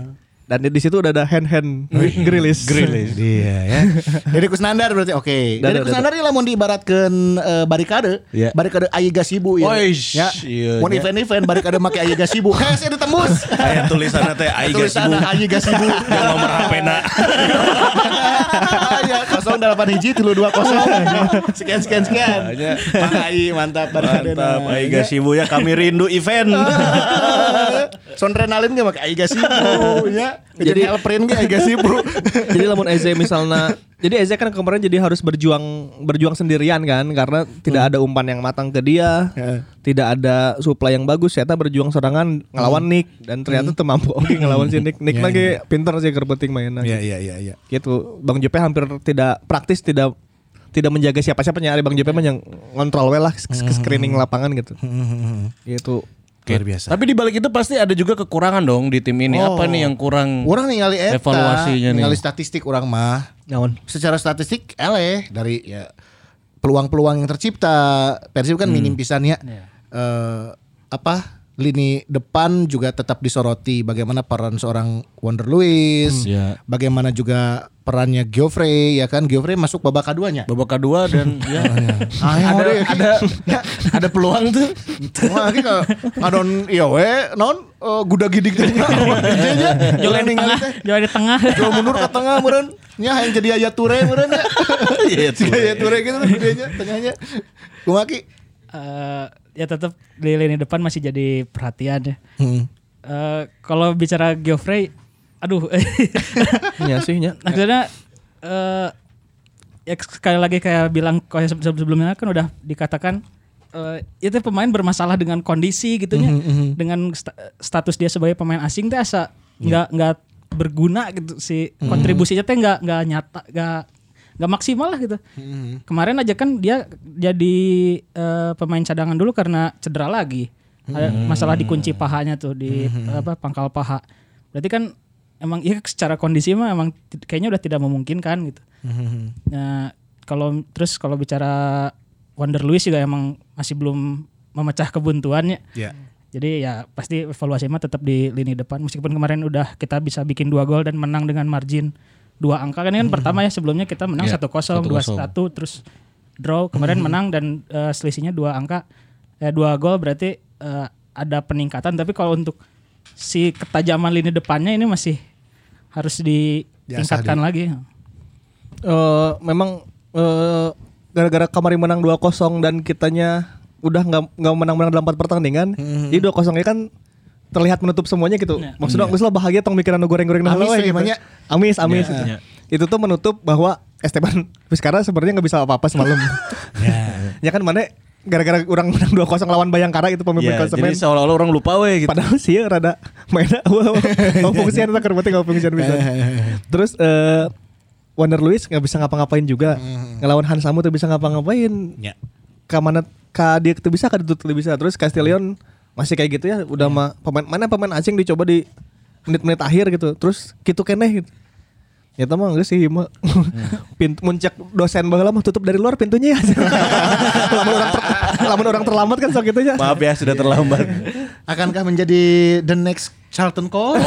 Dan di situ udah ada hand hand grilis. grilis.
Iya ya. Dari Kusnandar berarti oke. Dari
Dadah,
Kusnandar ya lamun diibaratkeun eh, barikade,
Iya.
barikade Ayi Gasibu ya.
Oish,
ya.
iya,
Mun
iya.
event-event barikade make Ayi Gasibu. Heh, saya ditembus.
Aya tulisanna teh ai
Tulisan Ayi Gasibu.
nomor HP-na.
Iya, 08 hiji 320. Sekian sekian sekian. Pak Ayi mantap barikade.
Mantap,
nah.
ai gasibu ya kami rindu event.
Sonrenalin ge make Ayi Gasibu ya. Jadi elprin ge Ayi Gasibu.
jadi lamun Eze misalnya jadi Eze kan kemarin jadi harus berjuang berjuang sendirian kan karena tidak ada umpan yang matang ke dia, tidak ada supply yang bagus. Saya berjuang serangan ngelawan Nick dan ternyata tuh mampu oke ngelawan si Nick. Nick lagi pinter sih gerbeting mainnya.
iya iya iya.
Gitu. Bang Jope hampir tidak praktis tidak tidak menjaga siapa-siapanya ada Bang Jope mah yang ngontrol we lah sk- sk- screening lapangan gitu. Gitu.
Luar biasa.
Tapi di balik itu pasti ada juga kekurangan dong di tim ini. Apa nih yang Oh. kurang?
Orang ningali eta,
Hmm. Evaluasinya nih.
ningali statistik orang mah.
Naon?
secara statistik eleh dari ya peluang-peluang yang tercipta Persib
Hmm.
kan minim pisannya
Iya.
Eh, apa lini depan juga tetap disoroti bagaimana peran seorang Wonder Luis
Iya.
bagaimana juga perannya Geoffrey ya kan Geoffrey masuk babak keduanya
Babak kedua dan ya, ada
hore.
ada ada peluang tuh.
Wah, ini ka- ngadon iya we non eh, gudag gidig teh. Iya, Jenya,
Jual
ningali
di tengah,
teh.
jual di tengah.
Jauh mundur ke tengah meureun. Nya hayang jadi ayat ture meureun ya.
Iya,
Si ayat ture gitu tuh gedenya tengahnya. Kumaki.
Eh, ya tetap di lini depan masih jadi perhatian ya. Eh, kalau bicara Geoffrey, aduh,
Ya sih ya.
maksudnya eh ya sekali lagi kayak bilang kayak se- sebelumnya kan udah dikatakan eh itu pemain bermasalah dengan kondisi gitunya, dengan sta- status dia sebagai pemain asing teh asa nggak nggak berguna gitu si kontribusinya teh nggak nggak nyata nggak nggak maksimal lah gitu. Kemarin aja kan dia jadi eh, pemain cadangan dulu karena cedera lagi. Ada masalah dikunci pahanya tuh di apa pangkal paha. Berarti kan emang ya secara kondisi mah emang ti- kayaknya udah tidak memungkinkan gitu. Nah, kalau terus kalau bicara Wonder Lewis juga emang masih belum memecah kebuntuannya.
Ya.
Jadi ya pasti evaluasi mah tetap di lini depan meskipun kemarin udah kita bisa bikin dua gol dan menang dengan margin dua angka kan ini kan pertama ya sebelumnya kita menang
Iya,
satu 1-0, 2-1 terus draw kemarin menang dan eh, selisihnya dua angka eh dua gol berarti eh, ada peningkatan tapi kalau untuk si ketajaman lini depannya ini masih harus ditingkatkan lagi.
eh memang eh, gara-gara kemarin menang 2-0 dan kitanya udah nggak nggak menang-menang dalam empat pertandingan.
Hmm.
Jadi 2-0 nya kan terlihat menutup semuanya gitu. Maksudnya geus lah bahagia tong mikiran nu goreng-goreng nah
Iya. Amis
we
ya, emangnya. Iya.
Amis, amis. gitu. Itu tuh menutup bahwa Esteban Vizcarra sebenarnya nggak bisa apa-apa semalam.
Iya.
ya kan mana gara-gara orang menang 2-0 lawan Bayangkara itu
Iya,
pemimpin
Ya,
konsumen.
jadi seolah-olah orang lupa we gitu.
Padahal sih ya rada mainnya awal fungsian tak kerbatin nggak fungsian bisa. Terus eh Warner Lewis nggak bisa ngapa-ngapain juga. Ngelawan Hansamu tuh bisa ngapa-ngapain.
Ya.
Ka mana ka dia tuh bisa ka dia tuh bisa terus Castillion masih kayak gitu ya udah mah pemain mana pemain asing dicoba di menit-menit akhir gitu. Terus gitu keneh gitu. Ya mah enggak sih mah pintu muncak dosen baheula mah tutup dari luar pintunya ya. lamun orang ter- lamun orang terlambat kan sakitnya.
Maaf ya sudah terlambat.
Akankah menjadi the next Charlton Cole?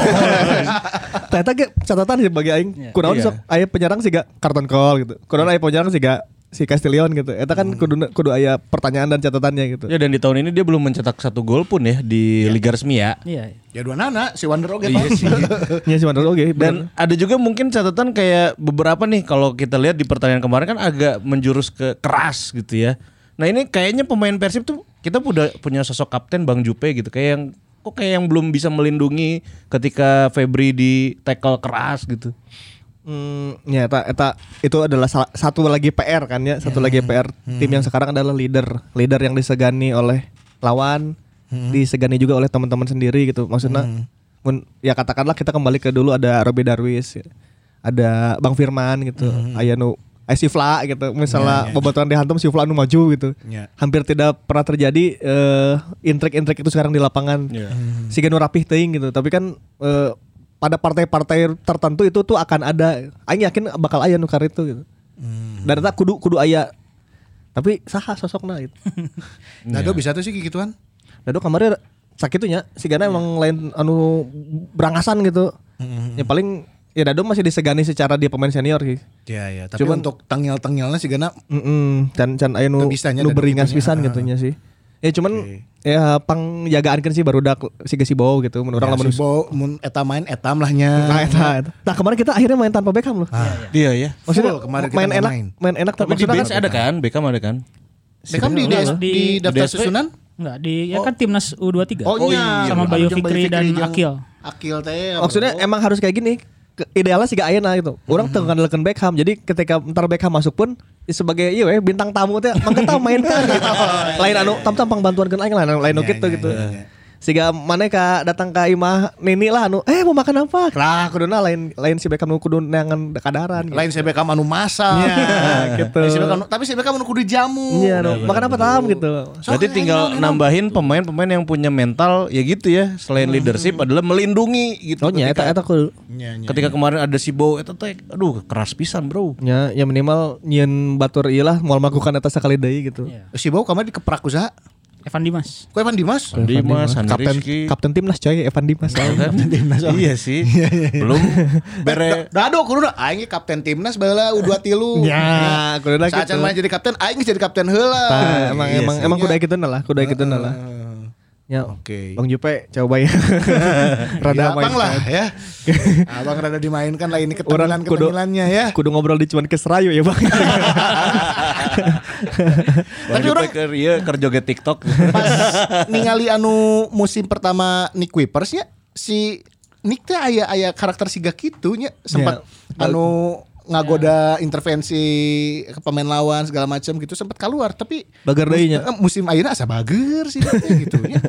Ternyata ge catatan sih bagi aing. Kunaon
Iya.
sok aya penyerang sih gak karton call gitu. Kunaon aya penyerang sih gak si Castillion gitu. Eta kan
Hmm.
kudu kudu aya pertanyaan dan catatannya gitu.
Ya dan di tahun ini dia belum mencetak satu gol pun ya di Liga resmi ya.
Iya.
ya dua nana si Wonder Oge
Iya
Pak.
sih.
Iya sih Mandor oke.
Dan ada juga mungkin catatan kayak beberapa nih kalau kita lihat di pertandingan kemarin kan agak menjurus ke keras gitu ya. Nah ini kayaknya pemain Persib tuh kita udah punya sosok kapten Bang Jupe gitu kayak yang kok kayak yang belum bisa melindungi ketika Febri di tackle keras gitu.
Hmm, ya eta, eta itu adalah salah- satu lagi PR kan ya, Hmm. satu lagi PR tim yang sekarang adalah leader, leader yang disegani oleh lawan, disegani juga oleh teman-teman sendiri gitu. Maksudnya mun- ya katakanlah kita kembali ke dulu ada Robi Darwis, ya. ada Bang Firman gitu, aya nu aya Sifla gitu. Misalnya bobaturan dihantam Sifla nu maju gitu.
Ya.
Hampir tidak pernah terjadi eh, intrik-intrik itu sekarang di lapangan. Siga nu rapih teuing gitu, tapi kan eh, pada partai-partai tertentu itu tuh akan ada aing yakin bakal aya nukar itu gitu. Dan tak kudu kudu aya tapi saha sosokna gitu.
Dado bisa tuh sih gituan.
Dado kemarin sakit tuh nya, sigana emang lain anu berangasan gitu. Ya paling ya Dado masih disegani secara dia pemain senior sih.
Ya ya, tapi untuk tengil-tengilnya sih gana
Mm can can aya nu
Itu bisanya
nu
Dado
beringas
gitunya,
pisan
ah.
gitunya sih. Ya cuman ya pangjagaan kan sih baru dak siga si Bowo gitu menurut orang lamun
Ya, si Bo, mun eta main etam lahnya.
Nah, eta, eta. nah kemarin kita akhirnya main tanpa Beckham loh.
Ah.
Iya ya.
Maksudnya
Full kemarin kita
main
nggak
enak,
main.
main enak
Tapi
tapi
di
maksudnya
bench
kan
ada kan, Beckham ada kan.
Beckham di,
Enggak,
DS
di-
di daftar
DSP.
susunan?
Enggak di ya kan timnas U23.
Anu
Sama Oh, iya, Bayu
jeung
Fikri dan
jeung
Akil.
Akil teh.
maksudnya
bro.
emang harus kayak gini. Ke- Idealnya sih gak enak gitu.
Hmm.
Orang teu ngandalkeun Beckham. Jadi ketika ntar Beckham masuk pun ya sebagai iya we, bintang tamu teh mangga tah mainkan
Oh,
gitu. Lain anu tam-tam pang bantuankeun aing lain lain anu
Iya,
kitu
iya,
gitu.
iya, iya.
Siga maneh ka datang ka imah Nini lah anu eh mau makan apa? Lah kuduna lain lain si Beckham nu kudu neangan kadaran. gitu.
lain si Beckham anu masak.
gitu.
Lain si Beckham- tapi si Beckham anu kudu jamu.
Iya, anu, makan apa tam gitu.
Berarti tinggal nambahin pemain-pemain yang punya mental ya gitu ya. Selain leadership adalah melindungi gitu.
Oh nya eta eta kudu
Nya, nya.
Ketika kemarin ada si Bow itu teh aduh keras pisan, Bro.
Ya, ya minimal nyen batur iyalah moal melakukan atas sekali deui gitu.
Iya.
Si Bo kemarin dikeprak usaha.
Evan Dimas.
Kok Evan Dimas?
Sandi Mas, Sandi
kapten
Rizky.
kapten timnas coy Evan Dimas.
Kan? Iya sih. Belum bere
Dado kudu aing ge kapten timnas baheula U23.
Ya, kudu
Saat
gitu.
main jadi kapten, aing jadi kapten heula. Iya,
Tah, emang emang emang kudu gitu lah, kudu gitu lah. Ya,
Oke.
Bang Jupe coba ya. Rada
Ya, abang
main. kan.
lah ya. abang rada dimainkan lah ini keterangan
kudu-
keterangannya ya.
Kudu ngobrol di cuman keserayu ya, Bang.
Bang
Tapi
Jupe
orang
keur ieu keur joget iya, TikTok. gitu.
pas ningali anu musim pertama Nick Wipers nya si Nick teh aya aya karakter siga kitu nya sempat
Ya.
anu ngagoda intervensi ke pemain lawan segala macam gitu sempat keluar tapi
Bager
mus-
deui nya.
eh, musim akhirnya asa bager sih gitu nya.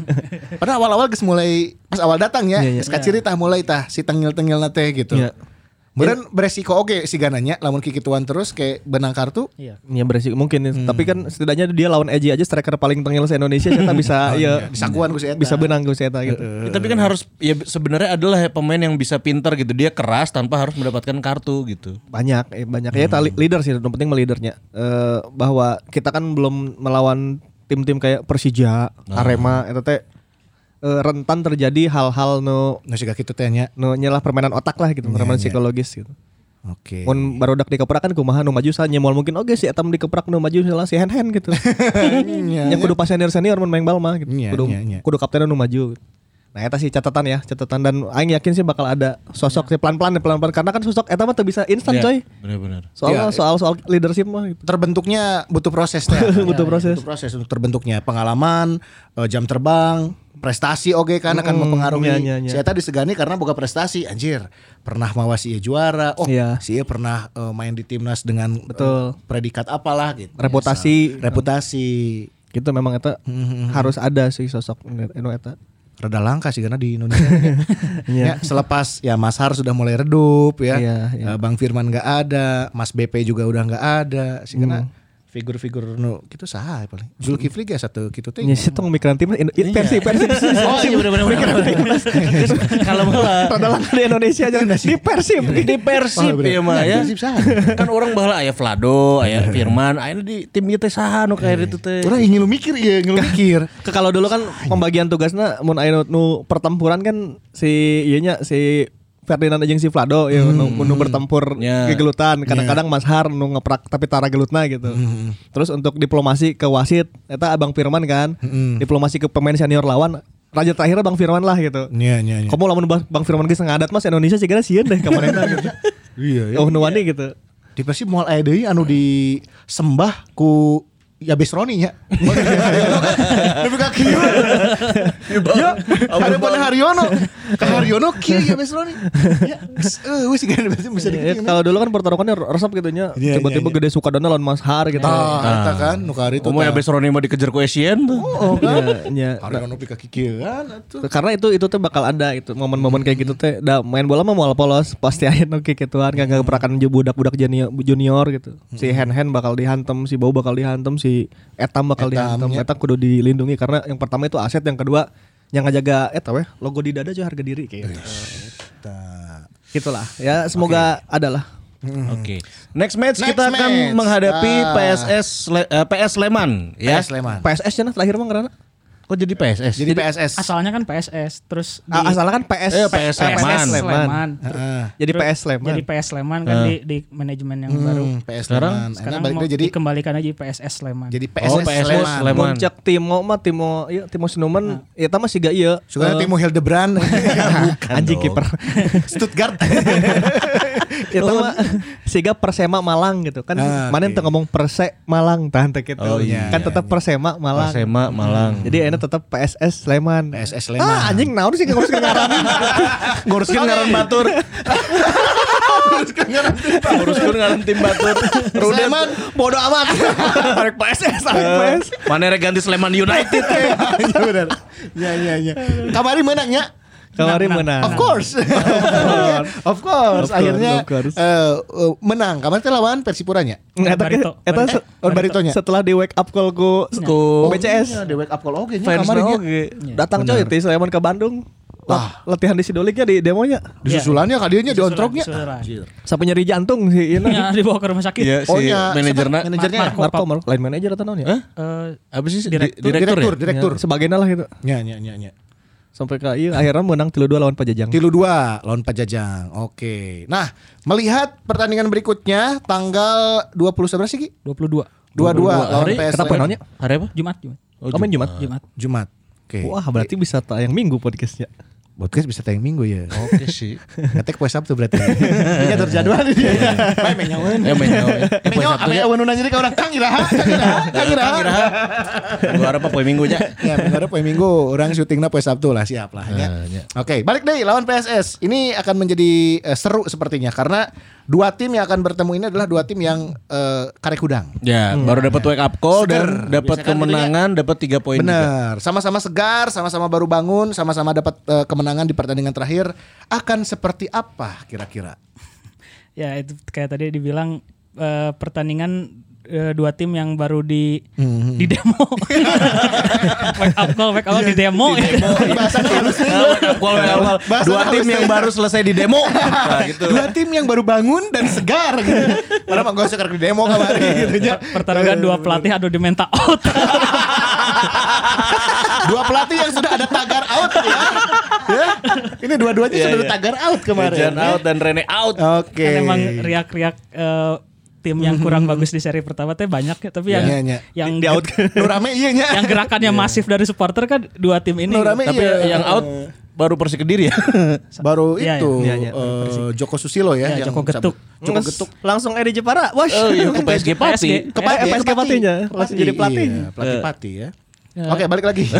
Padahal awal-awal geus mulai pas awal datang ya,
Ya, ya.
geus kaciri tah mulai tah si tengil-tengil teh gitu.
Ya.
Meureun beresiko oke si gananya lamun kikituan terus kayak benang kartu
Iya.
Ya beresiko mungkin, tapi
Hmm.
kan setidaknya dia lawan Eji aja striker paling tengil se Indonesia kita bisa
Oh, iya.
ya
disakuan ku si eta.
bisa benang gue eta gitu.
Ya, tapi kan harus ya sebenarnya adalah pemain yang bisa pintar gitu. Dia keras tanpa harus mendapatkan kartu gitu.
banyak eh, banyak ya
Hmm.
tali leader sih yang penting melidernya Eh, bahwa kita kan belum melawan tim-tim kayak Persija,
Nah.
Arema eta teh eh, rentan terjadi hal-hal nu
Nu siga Nah, kitu teh nya.
nu nyelah permainan otak lah
Iya,
gitu, permainan psikologis gitu.
Oke.
Mun barudak dikeprak kan kumaha nu maju saha nyemual mungkin oge si etam dikeprak nu maju saha si hen hen gitu.
Nya,
Yang kudu pas senior senior mun main bal mah gitu.
Iya,
kudu
iya, iya.
kudu kapten nu maju. gitu. Nah eta sih catatan ya, catatan dan aing yakin sih bakal ada
Iya.
sosok sih pelan-pelan ya, pelan-pelan karena kan sosok eta mah teu bisa instan
Ya,
coy.
Benar-benar.
Soal
Iya.
soal soal leadership mah gitu.
terbentuknya butuh proses teh. Iya,
Butuh proses.
Butuh proses untuk terbentuknya pengalaman, eh, jam terbang, prestasi oke kan akan mempengaruhi.
iya, iya, iya.
Saya tadi disegani karena boga prestasi anjir. Pernah mawa si Ieu juara. Oh,
Iya.
si Ieu pernah eh, main di timnas dengan eh,
Betul.
predikat apalah gitu.
Reputasi.
Reputasi. Hmm,
Gitu memang eta harus ada sih sosok anu eta.
rada langka sih karena di Indonesia. ya, selepas ya Mas Har sudah mulai redup ya.
Iya, iya.
Eh, Bang Firman nggak ada, Mas BP juga udah nggak ada. Sih karena figur-figur nu gitu sah paling. Zulkifli ge satu gitu teh.
Nya sih tong mikiran timnas Indo-
Iya.
Persi Persi.
Oh iya benar-benar Kalau malah
Padahal kan di Indonesia aja
Iya
di Persib.
di Persib ya mah ya.
Persib saha?
Kan orang bahala aya Vlado, aya Firman, aya di tim ieu teh saha nu kayak itu teh.
Orang ingin lu mikir ya, ingin lu mikir.
Ke kalau dulu kan pembagian tugasnya mun aya nu- nu pertempuran kan si ieu nya si Ferdinand jeung si Vlado ya nu,
Hmm.
nu bertempur
Ya.
gegelutan kadang-kadang Mas Har nu ngeprak tapi tara gelutna gitu.
Hmm.
Terus untuk diplomasi ke wasit eta Abang Firman kan.
Hmm.
Diplomasi ke pemain senior lawan raja terakhir Bang Firman lah gitu.
Iya, iya, iya.
Kamu lamun Bang Bang Firman geus ngadat Mas Indonesia sih kira sieun deh kemarin gitu.
Iya, iya.
Oh nu wani gitu.
Di Persib moal aya deui anu disembah ku Ya Besroni nya. Lebih ka kieu. Ya,
Iya,
ada pada Haryono. Ka Haryono kieu ya Besroni. Ya, geus, eh wis kan bisa
Ya,
dikieu.
kalau dulu kan pertarungannya resep gitu nya.
Iya,
Tiba-tiba
iya,
gede Sukadana lawan Mas Har gitu.
Tah, eta kan nu ka hari itu.
Kamu Ah. ya abis Roni mah dikejar ku Asian tuh.
Oh.
Iya, iya.
Haryono pika kieuan atuh.
Karena itu itu tuh bakal ada gitu momen-momen kayak gitu teh. Da main bola mah moal polos pasti aya nu kayak gituan gak gerakan budak-budak junior, junior gitu. Si
Hmm.
Hen Hen bakal dihantem, si Bau bakal dihantem, si Etam bakal
Etam,
dihantem.
ya.
Eta kudu dilindungi karena yang pertama itu aset, yang kedua yang ngejaga eta weh logo di dada aja harga diri kayak gitu.
Tah.
Gitulah. Ya semoga adalah.
Oke. Next match
Next
kita akan
match.
menghadapi
Ah.
PSS Le- eh, PS Sleman ya.
PS Sleman.
PSS nya nah, terakhir mah karena
Kok jadi PSS?
Jadi PSS.
Asalnya kan PSS,
Ah,
terus di
asalnya kan PS
Eh, PS Sleman.
Sleman.
Heeh.
Jadi
Terus
PS Sleman.
Jadi PS Sleman kan di, di manajemen yang baru.
Hmm, PS Sleman. Enak
Sekarang
balik
mau
deh jadi
dikembalikan aja PSS Sleman.
jadi PSS
PSS
Sleman.
Oh, Sleman.
Muncak Timo mah Timo iya Timo Sinuman ya eta mah siga ieu.
Sugana
Eh,
Nah. Timo Hildebrand. Bukan.
anjing kiper.
Stuttgart.
Eta mah siga Persema Malang gitu kan.
Ah,
Mana
oke.
teu ngomong Perse Malang tah teu kitu.
Oh, iya,
kan
iya,
tetap Persema Malang.
Persema Malang.
Jadi enak tetap PSS Sleman.
PSS Sleman.
Ah anjing naon sih ngurus ngaran.
nguruskeun kan ngaran batur. kan Nguruskeun kan ngaran tim batur. Rudet
Sleman.
Bodoh amat. Arek PSS, arek PS.
Mana rek Eh, ganti Sleman United teh.
Iya benar. Ya ya ya. Kamari menang ya.
Kamari menang.
Of course. of course.
Ah. Of course,
Akhirnya
of course.
eh, eh, menang. Kamari teh lawan Persipura nya.
Eta
Barito.
eta
Barito.
se- oh,
Baritonya.
Setelah di wake up call ku ku BCS.
Di wake up call oge nya
fans
kamari nya.
oge. Datang coy ti Sleman ke Bandung. Wah, latihan di Sidoliknya di demonya.
Disusulannya kadinya
Disusulan-
diontroknya.
disusulan.
Sampai nyeri jantung sih
Ya,
Ina.
dibawa ke rumah sakit.
Iya
Oh,
si
nya.
manajerna.
Siapa? Manajernya ya?
Marco.
Marco, Marco, lain manajer atau naon ya?
Hah?
Eh,
Apa sih di-
Direktur.
direktur ya?
Direktur, direktur.
Sebagainya lah gitu.
Ya ya ya ya.
Sampai ke iya, akhirnya menang 3-2 lawan Pajajang.
Tilu dua lawan Pajajang. Oke. Nah, melihat pertandingan berikutnya tanggal 20 seberapa sih Ki?
22
22 lawan
Hari-
PS.
Kata penonnya,
Hari apa?
Jumat Jumat.
oh, main Jumat.
Jumat.
Jumat. Oke.
Wah, berarti bisa tayang Minggu podcastnya.
Podcast bisa tayang Minggu ya.
Oke sih.
Ngetek poe Sabtu berarti. Iya terjadwal ini. Bae menyaweun.
Eh menyo. Eh poe
Menyo
Sabtu
ame
ya.
aweun nu nanya ka urang Kang Iraha, Kang Iraha, Kang Iraha.
Gua harap poe minggu nya.
Ya, benar poe Minggu, orang syutingna poe Sabtu lah, siap lah ya.
Eh, ya.
Oke, balik deh lawan PSS. Ini akan menjadi eh, seru sepertinya karena dua tim yang akan bertemu ini adalah dua tim yang eh, karek hudang.
Ya, baru dapat wake up call dan dapat
Biasa kan
kemenangan, dapat 3 poin juga.
Bener, sama-sama segar, sama-sama baru bangun, sama-sama dapat eh, kemenangan di pertandingan terakhir. Akan seperti apa kira-kira?
Ya itu kayak tadi dibilang eh, pertandingan eh, dua tim yang baru di di demo. wake up call, wake up call di demo. Iya.
Bahasa
Gol awal
Bahasa
dua
halus
tim
nih.
yang baru selesai di demo. Nah, gitu.
Dua tim yang baru bangun dan segar gitu. Padahal mah gue segar di demo kemarin gitu ya.
Pertarungan dua pelatih aduh di mental out.
Ah, Dua pelatih yang sudah ada tagar out ya. Ya. Ini dua-duanya
Iya,
sudah ada
iya.
tagar out kemarin.
Dejan out dan Rene out.
Oke.
Kan emang riak-riak eh, tim yang kurang bagus di seri pertama teh banyak ya, tapi yang
Iya, iya.
yang
Di out.
Nu rame iya nya.
yang gerakannya masif dari supporter kan dua tim ini.
Nu rame
Tapi
iya.
yang out baru Persikediri ya.
baru
Iya,
itu
iya, iya,
eh, Joko Susilo ya,
Iya, Joko Getuk.
Joko
Nges-
Getuk
Langsung Eri Jepara. Wah,
Oh iya ke PSG Pati.
PSG.
Kepa-
Pati,
PSG Patinya, langsung jadi pelatih.
Iya, pelatih Pati ya. Oke, balik lagi.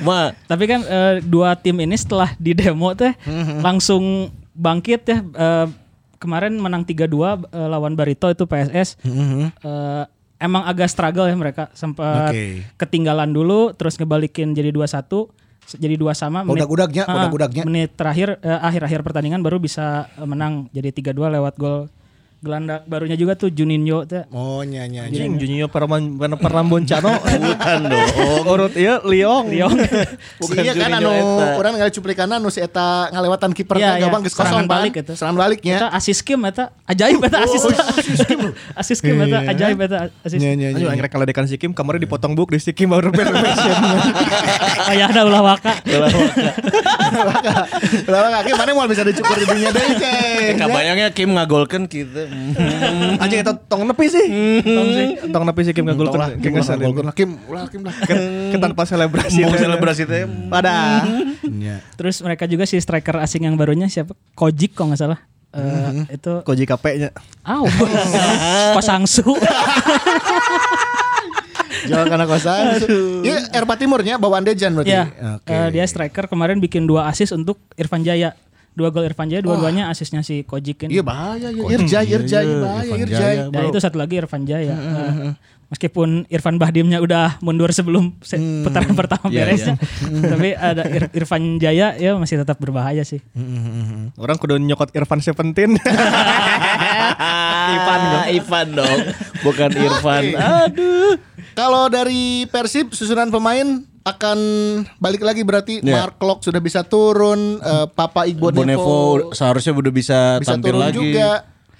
Ma,
Tapi kan eh, dua tim ini setelah di demo teh langsung bangkit ya. Eh, kemarin menang 3-2 eh, lawan Barito itu PSS. Eh, emang agak struggle ya mereka sempat
Oke.
ketinggalan dulu terus ngebalikin jadi 2-1 jadi dua sama menit-
Godak-godaknya,
Ah,
godak-godaknya.
menit terakhir eh, akhir-akhir pertandingan baru bisa eh, menang jadi 3-2 lewat gol gelandak barunya juga tuh Juninho tuh
Oh nyanyi
Anjing Juninho Perman Perlamboncano bukan dong. Urut ieu Liong.
Liong.
Si iya kan anu orang nggak cuplikan anu si eta ngalewatan kipernya
Iya, iya.
gawang geus kosong
Serangan
kan.
balik itu.
Serangan baliknya.
Eta asis kim eta ajaib eta Ya. Oh, asis. asis kim Iya. eta ajaib eta asis.
iya,
Anjing aing rek kaledekan Sikim kamarnya dipotong buk di Sikim baru renovation.
Kayak ada ulah waka.
Lah kaki mana mau bisa dicukur di dunia deui ceng.
Kabayangnya Kim ngagolkan gitu.
Anjing eta tong nepi sih.
Hmm.
Tong sih. Tong nepi Sikim
Tolak,
ngagulkeun.
Kim,
Kengeusan.
lah, golgol lah, Kim, lah, Kim lah.
Ketanpa selebrasi.
Mau selebrasi teh.
Pada.
Iya.
Terus mereka juga si striker asing yang barunya siapa? Kojik kalau nggak salah. Eh, itu
Koji KP-nya.
aw Pasangsu.
Jawa karena kosan. Ya Eropa Timurnya bawaan Dejan berarti.
ya.
Oke.
Eh, dia striker kemarin bikin dua asis untuk Irfan Jaya. Dua gol Irfan Jaya, dua-duanya asisnya si Kojik ini.
Iya bahaya ya. Irjai, Irjai bahaya, Irjai.
Iya,
Dan Nah, itu satu lagi Irfan Jaya.
Hmm,
Eh, meskipun Irfan Bahdimnya udah mundur sebelum se-
Hmm.
putaran pertama
Iya,
beresnya, tapi ada Ir- Irfan Jaya ya masih tetap berbahaya sih.
Orang kudu nyokot Irfan Seventeen.
Ivan dong. Ivan dong. Bukan Irfan.
Kalau dari Persib susunan pemain akan balik lagi berarti Mark Lok sudah bisa turun, eh, Papa Iya. Igbo
Bonevo
Nevo.
seharusnya udah bisa,
Bisa turun
tampil lagi.
juga.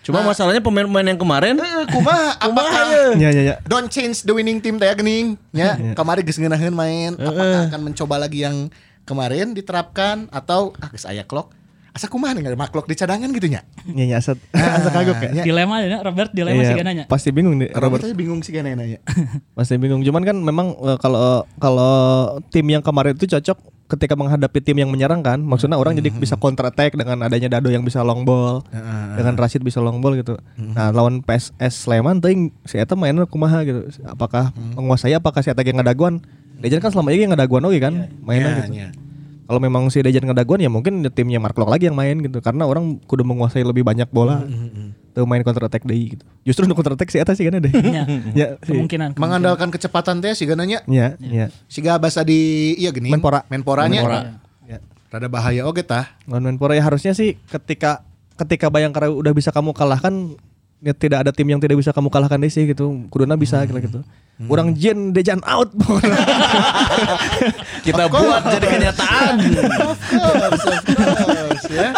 Cuma masalahnya pemain-pemain yang kemarin
Eh, Kumaha apakah
Ya ya ya.
Don't change the winning team teh gening ya.
Iya.
Kemarin geus ngeunaheun main, apakah akan mencoba lagi yang kemarin diterapkan atau ah geus aya Klok. Asa kumaha nih ada Klok di cadangan gitu nya.
Ya ya set.
Ah,
Asa kagok ya.
Dilema ya, Robert dilema
Iya,
sih nanya.
Pasti bingung nih
Robert
Robert.
teh bingung sih kan nanya.
Masih bingung. Cuman kan memang eh, kalau kalau tim yang kemarin itu cocok ketika menghadapi tim yang menyerang kan. Maksudnya orang jadi bisa counter attack dengan adanya Dado yang bisa long ball, dengan Rashid bisa long ball gitu. Nah, lawan PSS Sleman teuing si eta mainnya kumaha gitu. Apakah menguasai apakah si eta ge ngadaguan? Dejan kan selama ini ge ngadaguan oke kan mainnya gitu. Kalau memang si Dejan ngadaguan ya mungkin timnya Mark Locke lagi yang main gitu karena orang kudu menguasai lebih banyak bola. Tuh main counter attack deui gitu. Justru nu counter attack si eta sih kan deh.
Ya,
ya, si-
kemungkinan.
Mengandalkan kecepatan teh sih nanya.
Ya, ya.
Siga basa di iya gini
Menpora.
Menporanya.
Menpora.
Ya.
Rada bahaya oge tah.
Lawan Menpora ya harusnya sih ketika ketika Bayangkara udah bisa kamu kalahkan ya tidak ada tim yang tidak bisa kamu kalahkan deh sih gitu. Kuduna bisa kira gitu. Orang Jen Dejan out.
kita buat jadi kenyataan.
Of
Oh,
course, of course, ya.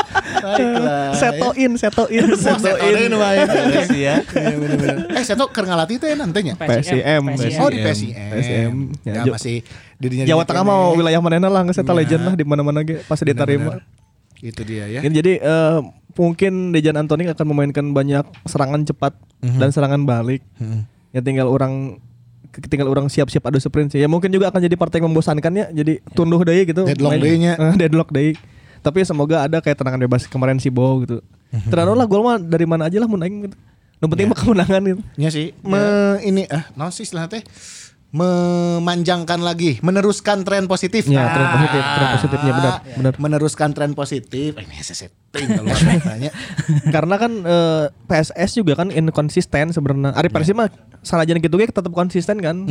Baiklah.
setoin, setoin.
Wah, Setoin main.
ya.
Iya, bener-bener. Eh Seto keur ngalatih teh nantinya.
PSM.
Oh di PSM.
PSM.
Ya,
Ya,
masih dirinya
Jawa Tengah
iya.
mau ya, wilayah mana lah nggak Seta legend lah di mana-mana ge pas ditarima.
Itu dia ya.
Ini Jadi eh, mungkin Dejan Antonik akan memainkan banyak serangan cepat
Mhm.
dan serangan balik. Ya tinggal orang tinggal orang siap-siap adu sprint sih. Ya mungkin juga akan jadi partai yang membosankannya. Jadi tunduh deh gitu.
Ya. Deadlock
Main-
deui-nya.
Eh, deadlock deh. Tapi semoga ada kayak tenangan bebas kemarin si Bo gitu. Terlalu lah gol mah dari mana aja lah mun aing gitu. Yang penting mah kemenangan gitu.
Mhm. Ya sih. Me, ini eh non sih istilahnya teh memanjangkan lagi, meneruskan tren positif. Ah. Ya,
Ya, tren positif, tren positifnya, benar, benar.
Meneruskan tren positif. Eh, Ini setting kalau orang tanya.
Karena kan eh, PSS juga kan inkonsisten sebenarnya.
Iya.
Ari Persib mah salajan gitu ge tetap konsisten kan.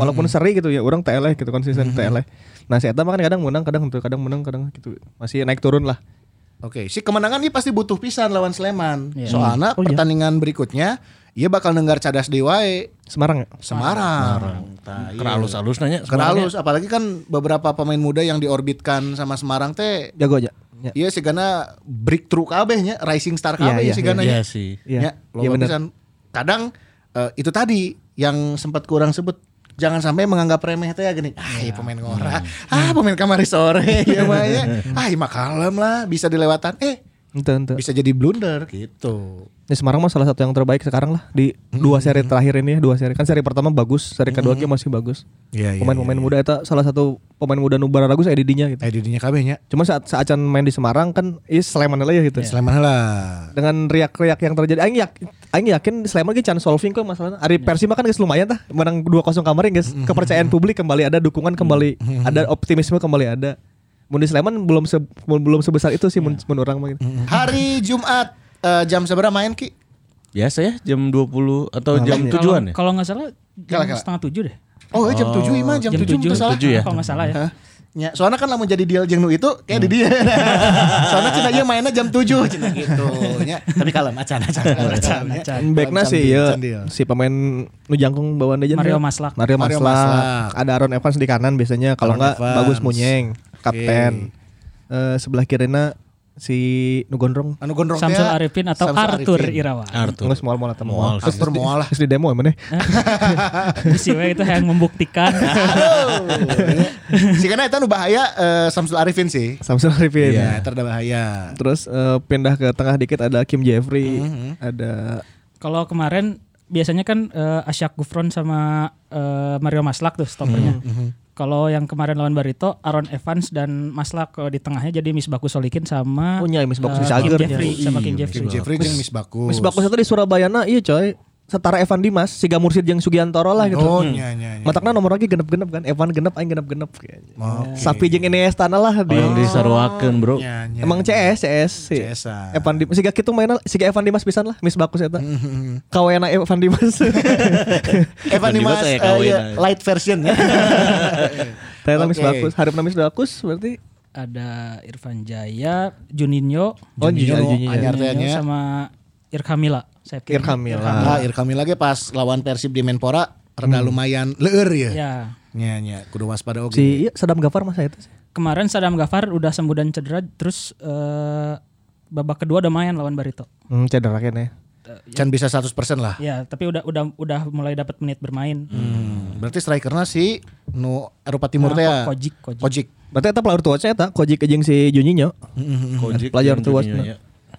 Walaupun seri gitu ya orang teleh gitu konsisten teleh. Nah, si Eta mah kan kadang menang, kadang tuh, kadang menang, kadang gitu. Masih naik turun lah.
Oke, si kemenangan ini pasti butuh pisan lawan Sleman. Soalnya
Oh, iya.
pertandingan berikutnya ia bakal nenggar cadas dewae
Semarang ya.
Semarang. Tah, iya.
Keralus halus nanya.
Keralus apalagi kan beberapa pemain muda yang diorbitkan sama Semarang teh
Jago aja. Ya.
Iya sih karena breakthrough kabeh nya, rising star kabeh sih
Iya, iya,
karena
Iya sih.
Iya.
Ya, loba
Iya, benar.
pisan. Kadang eh, itu tadi yang sempat kurang sebut jangan sampai menganggap remeh teh ya gini. Ah, iya pemain ngora. Ah, pemain kamari sore ya mah ya. Ah, iya mah kalem lah, bisa dilewatan. Eh,
Ente, ente.
bisa jadi blunder gitu.
Ya, Semarang mah salah satu yang terbaik sekarang lah di dua seri terakhir ini ya, dua seri. Kan seri pertama bagus, seri kedua ge masih bagus.
Iya, iya,
Pemain-pemain muda eta salah satu pemain muda nu ragu saya didinya gitu.
Eh, didinya kabeh nya.
Cuma saat saat Acan main di Semarang kan is Sleman lah ya gitu.
Sleman lah.
dengan riak-riak yang terjadi aing yakin aing yakin Sleman ge can solving kok masalahnya Ari
Iya.
Persib kan guys lumayan tah menang 2-0 kemarin guys
Mm-hmm.
kepercayaan publik kembali ada dukungan kembali ada optimisme kembali ada Mun di Sleman belum se- belum sebesar itu sih mun
Iya.
mun orang mah gitu.
Mm-hmm.
Hari Jumat eh, jam seberapa main Ki?
Biasa ya jam 20 atau jam
Iya. Kalau-
tujuan ya?
Kalau nggak salah jam
Kala-kala.
setengah tujuh deh.
Oh, eh, jam 7 Ima, jam,
Jam
7
tujuh,
salah.
tujuh ya?
Kalau nggak salah ya.
Hah? Nya, soalnya kan lamun jadi deal jeung nu itu kayak di dia. soalnya cina ieu mainnya jam 7 cina gitu nya. Tapi kalem acan acan kalem, acan. nya.
Acan.
Backna
Kalem,
sih
candil,
ya
candil.
si pemain nu jangkung bawaan aja
Mario
nih.
Maslak.
Mario
Mario
Maslak.
Maslak.
Ada Aaron Evans di kanan biasanya kalau
Aaron
enggak
Evans.
bagus Munyeng, kapten. Eh, sebelah kirinya si nu gondrong.
Anu gondrong
Samsul
teh,
Arifin atau
Samsul
Arthur
Arifin.
Irawan.
Arthur.
Nggak semual mual atau mual.
Mual.
Terus
Arthur
di-
mual lah.
Terus di demo emang ya.
Si we itu yang membuktikan.
si karena itu nu bahaya eh, Samsul Arifin sih.
Samsul Arifin.
Ya, terda bahaya.
Terus eh, pindah ke tengah dikit ada Kim Jeffrey,
Mm-hmm.
ada
Kalau kemarin biasanya kan eh, Asyak Gufron sama eh, Mario Maslak tuh stopernya. Kalau yang kemarin lawan Barito, Aaron Evans dan Maslak kalau di tengahnya jadi Misbaku Solikin sama
Oh, iya, Miss Baku
eh,
Solikin.
Kim Jeffrey
Iya,
sama Kim Jeffrey.
Kim Jeffrey jeung Miss Bakus.
Miss Bakus itu di Surabaya iya coy. Setara Evan Dimas, Siga Mursid jeung Sugiantoro lah gitu.
Oh, nya nya. nya.
Matakna nomor lagi genep-genep kan. Evan genep aing genep-genep kayaknya. Sapi jeung Iniesta lah
iya,
Oh,
di.
yang disaruakeun, Bro.
Nya, nya.
Emang CS, CS sih.
CS-an.
Evan Dimas, siga kitu mainnya, siga Evan Dimas pisan lah, Miss Bakus eta.
Mm-hmm.
Kawena Evan Dimas.
Evan Dimas
Dimas aya
eh,
kawin
iya,
aja.
light version ya.
Ternyata Miss
Oke.
Bakus, hareup Miss Bakus berarti
Ada Irfan Jaya, Juninho,
Oh, Juninho, Juninho. ya.
anyar teh
Juninho
nya.
sama Irkamila. Saya pikir.
Irhamila.
Ah, Irkami lagi pas lawan Persib di Menpora rada lumayan leur ya.
Ya.
Nya nya kudu waspada oge.
Si iya, Sadam Gafar masa itu sih.
Kemarin Sadam Gafar udah sembuh dan cedera terus eh, babak kedua udah main lawan Barito.
Hmm, cedera kayaknya.
Can bisa 100% lah.
Ya, tapi udah udah udah mulai dapat menit bermain.
Hmm, Berarti strikernya si nu Eropa Timur teh. ya.
Nah, Ko- Kojik, Kojik.
Berarti eta pelajar tua eta ya, Kojik jeung si Juninho.
Mm-hmm. Kojik
Pelajar
jeung
tua.
Juninho, ya.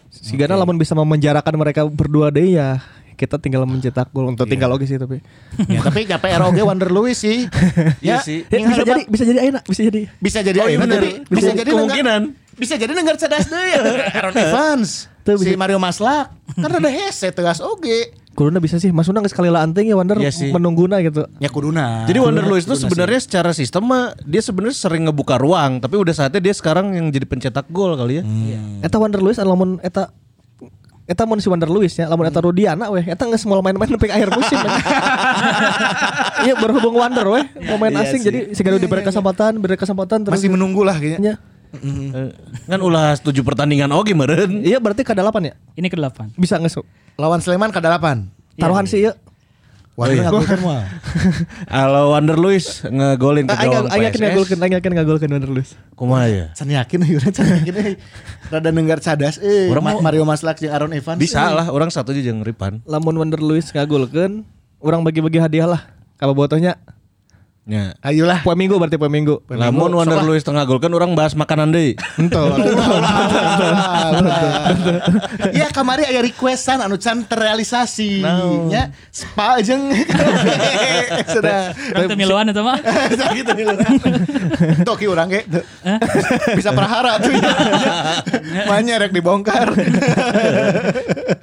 Sigana lamun bisa memenjarakan mereka berdua deh ya. Kita tinggal mencetak gol Iya. Eh, untuk tinggal logis sih tapi.
Ya, tapi gak PR oge Wander Louis sih.
Iya sih.
Ya, bisa jadi, bisa jadi ayeuna, bisa jadi.
bisa jadi
Oh, iya
ayeuna,
bener.
tapi
Bisa
ya, bisa
jadi
jadi nenggar-
kemungkinan.
bisa jadi dengar cerdas deui Aaron Evans
Tuh,
si
bisa.
Mario Maslak kan rada hese tegas oge
Kuruna bisa sih, Masuna geus kalila anting ya Wander
Iya sih.
menungguna gitu.
nya
Ya,
kuduna
Jadi Wonder Luiz itu sebenarnya secara sistem mah dia sebenarnya sering ngebuka ruang, tapi udah saatnya dia sekarang yang jadi pencetak gol kali ya.
Eta Wander Luis lamun eta Eta mun si Wander Luis ya, lamun
Hmm.
eta Rudiana weh, eta geus mau main-main sampai akhir musim. Iya berhubung Wander weh, pemain
Iya ya.
asing
sih.
jadi segala diberi kesempatan, beri kesempatan terus.
masih menunggu lah kayaknya
Iya.
Eh, Kan ulah tujuh pertandingan oh, oke meren.
Iya berarti kada 8 ya?
Ini ke-8.
Bisa ngesu.
lawan Sleman ke delapan
Taruhan sih ya.
Oh, iya.
Waduh, aku kan mah.
Kalau Wonder Luis ngegolin ke
Aing
gawang
aing yakin ngagolkeun,
PSS.
aing yakin ngagolkeun Wander Luis.
Kumaha ya?
Can yakin ayo can yakin euy. Rada nenggar cadas euy.
Orang
Ma-
mau-
Mario Maslak jeung Aaron Evans. eh.
Bisa lah, orang satu aja jeung Ripan.
lamun Wonder Luis ngagulkeun orang bagi-bagi hadiah lah kalau botohnya
Ya.
Ayolah.
poe minggu berarti poe minggu
Lamun Wonder Luis tengah gol kan orang bahas makanan deui.
entah
Ya kamari aya requestan anu can terrealisasi nya spa jeung sudah
Nanti miluan itu mah.
gitu nih lurah. Tuh ki urang ge. tuh. Bisa prahara tuh. Banyak rek dibongkar.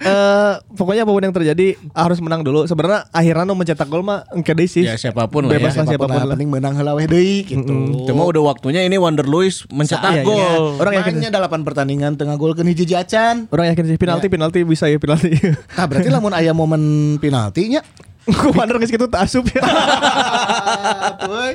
Eh, pokoknya apapun yang terjadi harus menang dulu sebenarnya akhirnya nu mencetak gol mah engke deui sih
Ya siapapun lah ya.
Bebas lah. siapapun
Siapapun lah, penting menang heula weh deui gitu.
Cuma udah waktunya ini Wonder Luis mencetak
Iya, iya.
gol.
Orang
Orang
yakin.
yakinnya 8 pertandingan tengah gol hiji jacan.
orang yakin sih penalti penalti bisa ya penalti
Nah berarti lamun aya momen penaltinya
ku Wander geus kitu tak asup ya
Ah,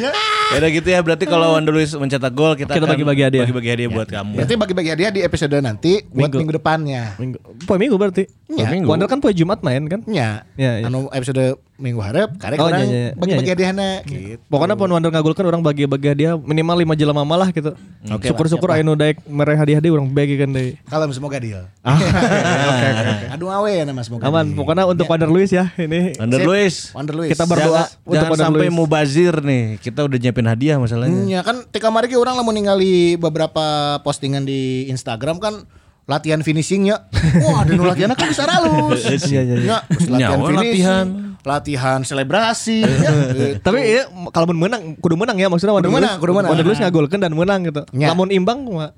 ya.
Ya udah gitu ya, berarti kalau Wonder Luis mencetak gol kita,
Kita
akan
bagi-bagi hadiah.
Bagi-bagi hadiah buat kamu.
Iya. Berarti bagi-bagi hadiah di episode nanti buat
Minggu.
minggu depannya.
minggu poe minggu berarti
Iya.
Minggu.
Wander kan poe Jumat main kan
Ya,
Ya, ya.
anu episode minggu harap karek
Oh,
orang
ya, ya, ya.
bagi-bagi
Ya, ya.
hadiahna gitu.
Pokoknya pun Wander ngagulkan orang bagi-bagi hadiah minimal 5 jelema malah gitu. Syukur-syukur aya nu daek mere hadiah deui urang bagi kan deui.
Kalau semoga deal.
Ah.
Oke, oke, oke. Aduh awe ya nama semoga.
Aman,
deal.
pokoknya untuk Wander Luis ya ini.
Wonder
Sip.
Luis.
Wonder Luis.
Kita berdoa
Jangan,
untuk
jangan
Wonder
sampai
Luis.
mubazir nih. Kita udah nyiapin hadiah masalahnya.
Ya kan tika mari ge orang lamun ningali beberapa postingan di Instagram kan latihan finishingnya wah dan latihannya kan bisa halus
Iya, iya, iya.
ya, terus latihan
Nyawa
finishing
latihan.
latihan selebrasi ya, gitu.
Tapi ya, kalau mun menang, kudu menang ya maksudnya Wander
Kudu Ya.
Luis.
menang, kudu menang.
Wander Luis ngagolkeun dan menang gitu.
Ya.
Lamun imbang mah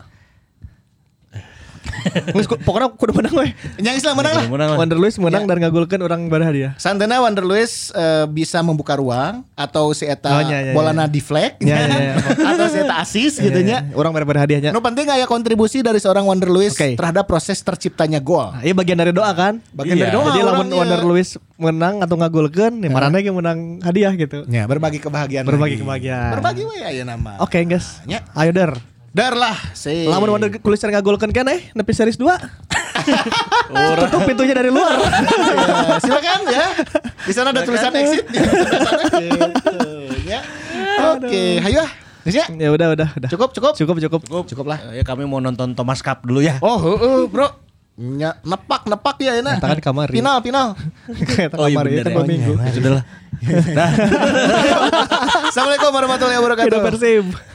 Wes, ku- Pokoknya kudu menang we.
Yang Islam menang lah.
Menang lah.
Wander
Ya.
Luis menang dan ngagulkan orang bar hadiah.
Santana Wander Luis eh, bisa membuka ruang atau si eta
Oh, nya, nya,
bolana deflect
Nya, nya, nya.
atau si eta asis gitu nya.
Iya, Orang bar bar hadiahnya.
No penting kayak kontribusi dari seorang Wander Luis
Oke.
terhadap proses terciptanya gol.
Nah, iya bagian dari doa kan?
Bagian
Iya.
dari doa
Jadi lamun
orangnya.
Wander Luis menang atau ngagulkan, ya marana ge menang hadiah gitu.
Ya, berbagi kebahagiaan.
Berbagi
lagi.
kebahagiaan.
Berbagi we aya nama.
Oke, guys.
Ya.
Ayo der.
Dar lah, si.
Lamun Wander kulis ngagulkan kan eh nepi series 2. Tutup pintunya dari luar.
Ya, silakan ya. Di sana ada tulisan exit. Ya, di sana. Gitu, ya. Oke, hayu ah. Nis, ya.
ya udah udah udah.
Cukup, cukup.
Cukup cukup.
Cukup lah.
Ya kami mau nonton Thomas Cup dulu ya.
Oh, heeh, Bro. Ya, nepak nepak ya enak.
Tangan kamari.
Final, final.
oh iya bener ya. Minggu.
Ya, Sudah lah.
Assalamualaikum warahmatullahi
Kita iya.
wabarakatuh.
persib.